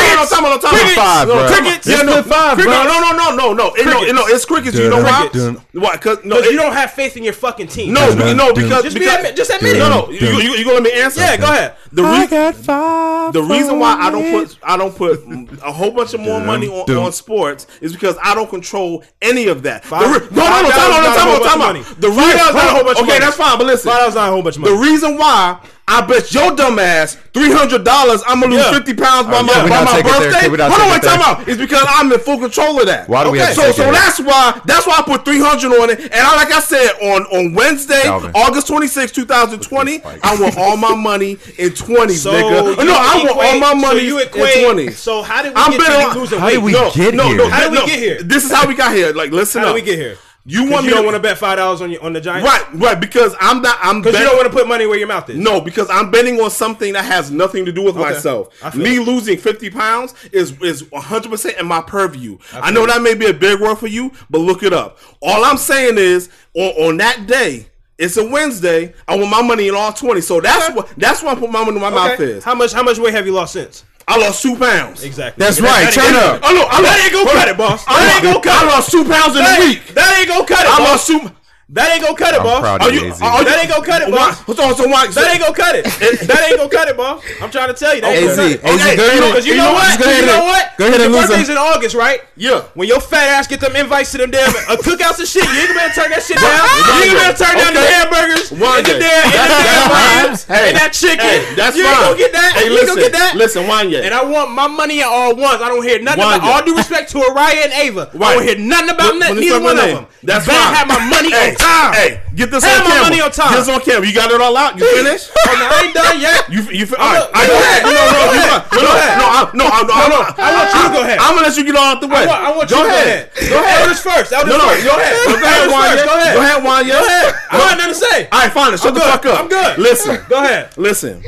no, no, no, no, Put no, five, no, bro. crickets. Let's No, put five, cricket- bro. No, no, no, no, no, it- no, it- no, it's crickets. You know why? Dun-dun-dun. Why? Because no, Because it- you don't have faith in your fucking team. No, Dun, no, dun, because dun. Just be because, admit- just admit it. No, no, you, you, you gonna let me answer? Yeah, go ahead. The I reason got five. the reason why I don't for it. put I don't put a whole bunch of more money on, Dum-dum. on sports is because I don't control any of that. The Five- re- no, no, five no, time dollars not out, a time whole out, bunch time of out. money. The Five reason, dollars not a whole bunch of okay, money. that's fine, but listen, Five dollars not a whole bunch of the money. reason why I bet your dumb ass three hundred dollars, I'm gonna lose Yeah. fifty pounds by All right, my, can Oh, we by not my take it there? birthday. Can we not Hold on, take wait, it time there? out. It's because I'm in full control of that. Why do we have to so take so it there? that's why that's why I put three hundred on it, and I, like I said on on Wednesday, Calvin. August twenty sixth, two thousand twenty, Look at this I want all my money in twenties, So nigga. you No, I want all equate- my money so you in equate- twenties. So how did we I'm get better. to off- you losing How did weight? we no, get no, here? No, How did we no. get here? This is how we got here. Like, listen How up. did we get here? You 'Cause want you me don't to- want to bet five dollars on your on the Giants, Right, right. Because I'm not. I'm Because you better- don't want to put money where your mouth is. No, because I'm betting on something that has nothing to do with myself. I feel Me it. losing 50 pounds is is 100% in my purview. I, know that may be a big word for you, but look it up. All I'm saying is on, on that day, it's a Wednesday. I want my money in all 20. So that's what that's why I put my money in my mouth Okay. is. How much how much weight have you lost since? I lost two pounds. Exactly. That's That- right, that turn ain't- up. Oh no, I That lost- ain't gonna cut it, boss. I ain't gonna cut it. I lost two pounds in That a ain't- week. That ain't gonna cut it. I boss. lost two. That ain't gonna cut it, boss. proud of Are you, you? AZ. Are, that ain't gonna cut it, Why? boss. What's on? So why? That ain't gonna cut it. that ain't gonna cut it, boss. I'm trying to tell you. That ain't AZ, gonna oh, cut it. AZ, go ahead and- Because you, you know know what? what? Just go ahead You know and- what? go ahead and Your lose birthday's in August, right? yeah. When your fat ass get them invites to them damn uh, cookouts and shit, you ain't gonna turn that shit down. you ain't gonna turn down the Okay. hamburgers, and Wanda. the damn, and the damn That's ribs, fine. Hey. and that chicken. Hey, that's you fine. ain't gonna get that. Hey, you listen, ain't gonna get that. Listen, Wanya. And I want my money at all once. I don't hear nothing. About, Wanda. all due respect to Araya and Ava, I don't Right. hear nothing about When- that, when you neither say my one name, of them. That's Better fine. have my money on hey, time. Hey, get this Have my on camera. money on time. Get this on camera. You got it all out. You finished? Oh, no, I ain't done yet. You, you, all right. look- I go go ahead. ahead. No, Go no, no, you ahead. fine. no, no, no, I'm- no, I'm- I'm- I want you to go ahead. I'm gonna let you get all out the way. I want, I want go you to ahead. go ahead. Elders first. Elders No, no, first. go ahead. Go ahead, Elders Wanya. first. Go ahead. Go ahead, Wanya. Go ahead. I don't have nothing to say. All right, fine. Shut I'm the good. fuck up. I'm good. Listen, Go ahead. listen.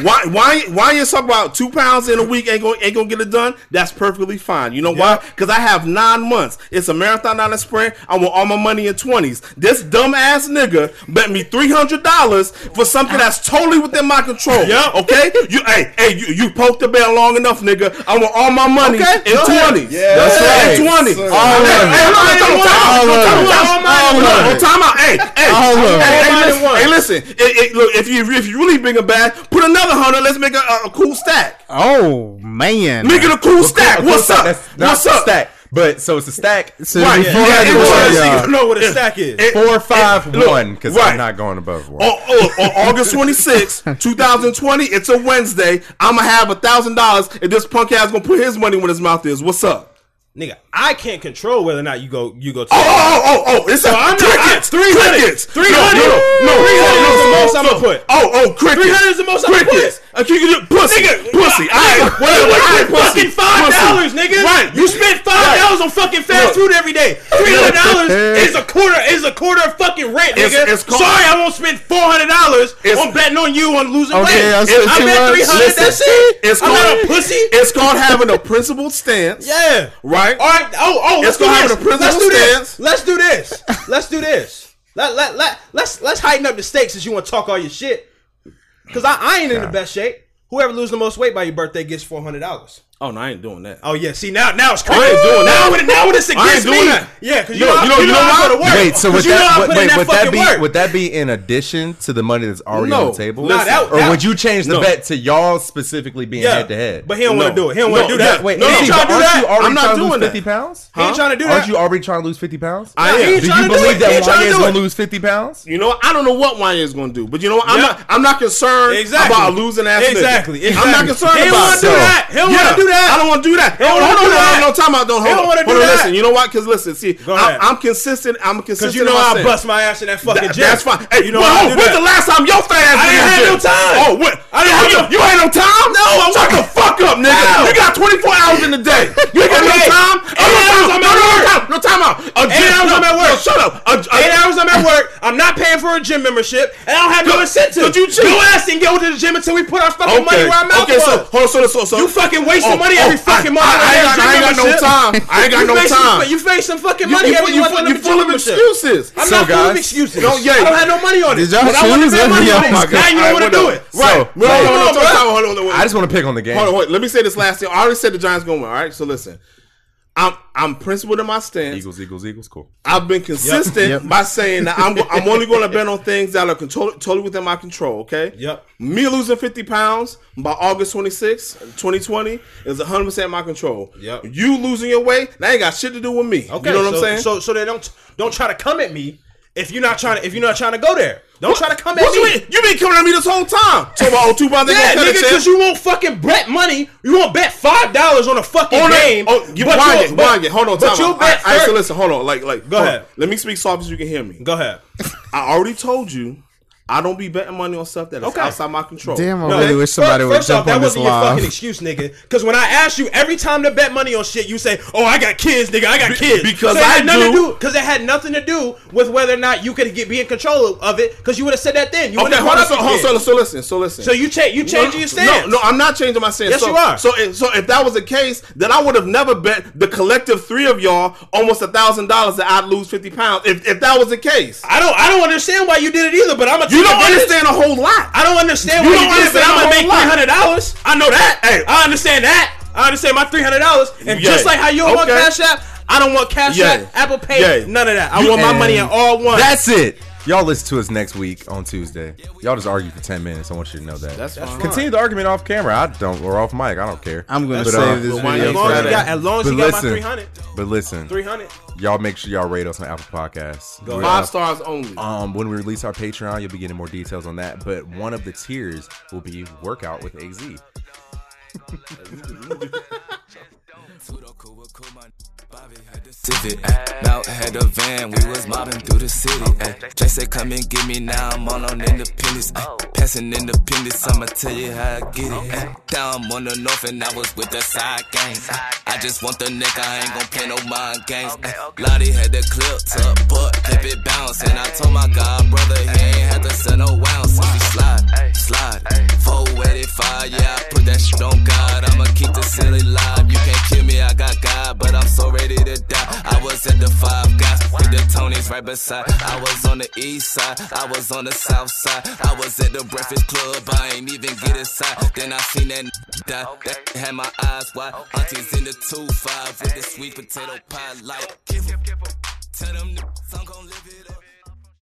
Why, why, why you talking about two pounds in a week ain't gonna ain't gonna get it done? That's perfectly fine. You know why? Because I have nine months. It's a marathon, not a sprint. I want all my money in twenties. This dumbass nigga bet me three hundred dollars for something that's totally within my control. Yeah. Okay. You, hey, hey, you, you poked the bell long enough, nigga. I want all my money Okay, in go ahead. twenties. Yeah, that's right. In twenties. All of it. All of it. All of it. Time out. Hey, hey, All of it. hey, hey, All listen, in one. hey, listen. It- it- look, if you if you really bring it back, put another hundred. Let's make a, a, a cool stack. Oh man, Make it a cool stack. Of course What's not. up? That's not What's up? Stack, but so it's a stack. So Right, before yeah, I it go was- on, it y'all, You know what a stack is. It- Four, five, look, one. Because right. I'm not going above one. On, on, on Oh, August 26th, 2020, it's a Wednesday. I'm gonna have a thousand dollars, and this punk ass gonna put his money where his mouth is. What's up? Nigga, I can't control whether or not you go you go to Oh, oh, oh, oh, it's a I'm not- crickets, I- 300, crickets, 300. No, no, no, no, 300 is the no, most no, I'ma no. put. Oh, oh, crickets, 300 is the most I'ma crickets. I can get pussy, pussy. I Nigga, you wasted fucking five dollars, nigga. Right, You spent five Right. dollars on fucking fast Look. food every day. Three hundred dollars is a quarter is a quarter of fucking rent, It's- nigga. it's called- Sorry, I won't spend four hundred dollars It's- on betting on you on losing Okay, I weight. said I too bet much. three hundred. That's Listen, it. it's I'm not a called- pussy. It's called having a principled stance. Yeah. Right? All right. Oh, oh. Let's It's do gonna this. have a principal Let's do this. stance. Let's do this. Let's do this. Let let let let's let's heighten up the stakes since you want to talk all your shit. Cause I, I ain't in the best shape. Whoever loses the most weight by your birthday gets four hundred dollars. Oh no, I ain't doing that. Oh yeah. See now now it's crazy. ain't doing now that. With, now with it's against ain't doing me. that. Yeah. Cause you Yo, know, you know- you you know know I go why? to work. Wait, so would 'Cause you know that, I would- put in wait, that would that fucking be work. would that be in addition to the money that's already No. on the table? Nah, that- or that- would you change the no. bet to y'all specifically being head to head? But he don't want to No. do it. He don't want No, to do that. yeah, wait, he no, ain't no, trying to do aren't you that. already I'm not trying to doing lose that. 50 50 pounds? He ain't trying to do that. Aren't you already trying to lose 50 pounds? I Nah, he am. ain't do trying you to do believe it. He that ain't trying to Wanye is do going it. to lose 50 pounds? You know, what? I don't know what Wanya is going to do, but you know, what? I'm Yeah. not. I'm not concerned Exactly. about a losing ass. nigga. Exactly. I'm not Exactly. concerned He don't about wanna it. do So- that. He don't Yeah. wanna do that. I don't want to do that. He don't wanna Hold on, do that. hold on, No time out. Don't He hold don't on. wanna do Hold on, that. Listen, you know what? Because listen, see, ahead. I'm, I'm consistent. I'm consistent. Cause you know in my I sense. bust my ass in that fucking That- gym. That's fine. Hey, you know well, I do that. when's the last time your fat ass I didn't been in the have gym? no time. Oh, what? I didn't have you, no- you ain't no time. No, I shut the fuck up, nigga. No. You got 24 hours in the day. You ain't got Okay. no time. Oh, Eight no hours, time. I'm no, at no, work. no time. No time out. A Eight gym- hours, no, I'm at no, work. shut up. A, a, Eight hours I'm at work. I'm not paying for a gym membership, and I don't have no Could- incentive. could you cheat? Your ass didn't go to the gym until we put our fucking money where our mouth okay, was. so hold on, so, so, so you fucking wasting Oh, money oh, every fucking I- month. I, on that I, ain't gym got- I ain't got no membership. time. I ain't You got no facing- time. You face some fucking You- money you- every you- month on you the full gym of membership. excuses. I'm So, not full of guys- excuses. No, yeah. I don't have no money on it. Did y'all but I want to choose? spend money Oh on it. my Now God. you don't want to do it. Right. So, Hold on, come hold on, on, bro. time out, hold on, hold on. I just want to pick on the game. Hold on, wait. Let me say this last thing. I already said the Giants gonna win. All right, so listen. I'm I'm principled in my stance. Eagles, Eagles, Eagles. Cool. I've been consistent Yep. by saying that I'm I'm only going to bet on things that are control, totally within my control. Okay. Yep. Me losing 50 pounds by August 26, 2020 is 100 percent my control. Yep. You losing your weight, that ain't got shit to do with me. Okay, You know what so, I'm saying? So so then don't don't try to come at me if you're not trying to if you're not trying to go there. Don't try to come at What me. you mean? You been coming at me this whole time. Talking about oh, two pounds. they Yeah, gonna nigga, cut it, Tim. because you won't fucking bet money. You won't bet five dollars on a fucking on game. it. Oh, you but wind you'll- it, but- wind it. Hold on, but time. you'll out. All right, bet. all right, so thirty- listen, hold on. Like, like, Go hold on. ahead. Let me speak soft as you can hear me. Go ahead. I already told you, I don't be betting money on stuff that is Okay. outside my control. damn, I No, really wish fir- somebody would first jump off, on that this wasn't your fucking live. excuse, nigga. Because when I asked you every time to bet money on shit, you say, "Oh, I got kids, nigga. I got kids." because so it had I nothing to do. do. Because it had nothing to do with whether or not you could get be in control of it. Because you would have said that then. You would Okay, have hold on. So, up. hold on, again. so, so listen, so listen. So you cha- you changing your stance? No, no, I'm not changing my stance. Yes, so, you are. So, if, so if that was the case, then I would have never bet the collective three of y'all almost a thousand dollars that I'd lose fifty pounds. If, if that was the case, I don't I don't understand why you did it either. But I'm gonna you don't understand a whole lot. I don't understand You why you don't did it, but understand I'm my gonna make whole three life. hundred dollars. I know that. Hey. I understand that. I understand my three hundred dollars, and Yeah. just like how you on Okay. Cash App, I don't want Cash App, Yeah. Apple Pay, Yeah. none of that. I You- want my money in and all one. That's it. Y'all listen to us next week on Tuesday. Y'all just argue for ten minutes. I want you to know that. That's fine. Continue the argument off camera. I don't or off mic. I don't care. I'm gonna But, save uh, this but why video. as long as Friday. you got, as long as But you got my listen. 300, But listen, 300. y'all make sure y'all rate us on Apple Podcasts. We're Five up. stars only. Um, when we release our Patreon, you'll be getting more details on that. But one of the tiers will be workout with AZ. Sip it, ayy. Mount had the van, we was mobbing through the city. ayy. Jay said, Come and get me now, I'm on on independence. ayy. Passing independence, I'ma tell you how I get it. ayy. Down on the north, and I was with the side gangs. I just want the nigga, I ain't gon' play no mind games. ayy. Lottie had the clip tucked, but clip it bounce. And I told my god brother, he ain't had to sell no ounce. If he slide, slide, 485, yeah, I put that shit on God. I'ma keep the silly live. You can't kill me, I got God, but I'm so ready to die. I was at the five guys with the Tonys right beside. I was on the east side, I was on the south side. I was at the breakfast club, I ain't even get inside. Then I seen that n- die. That had my eyes wide. Auntie's in the two five with the sweet potato pie light.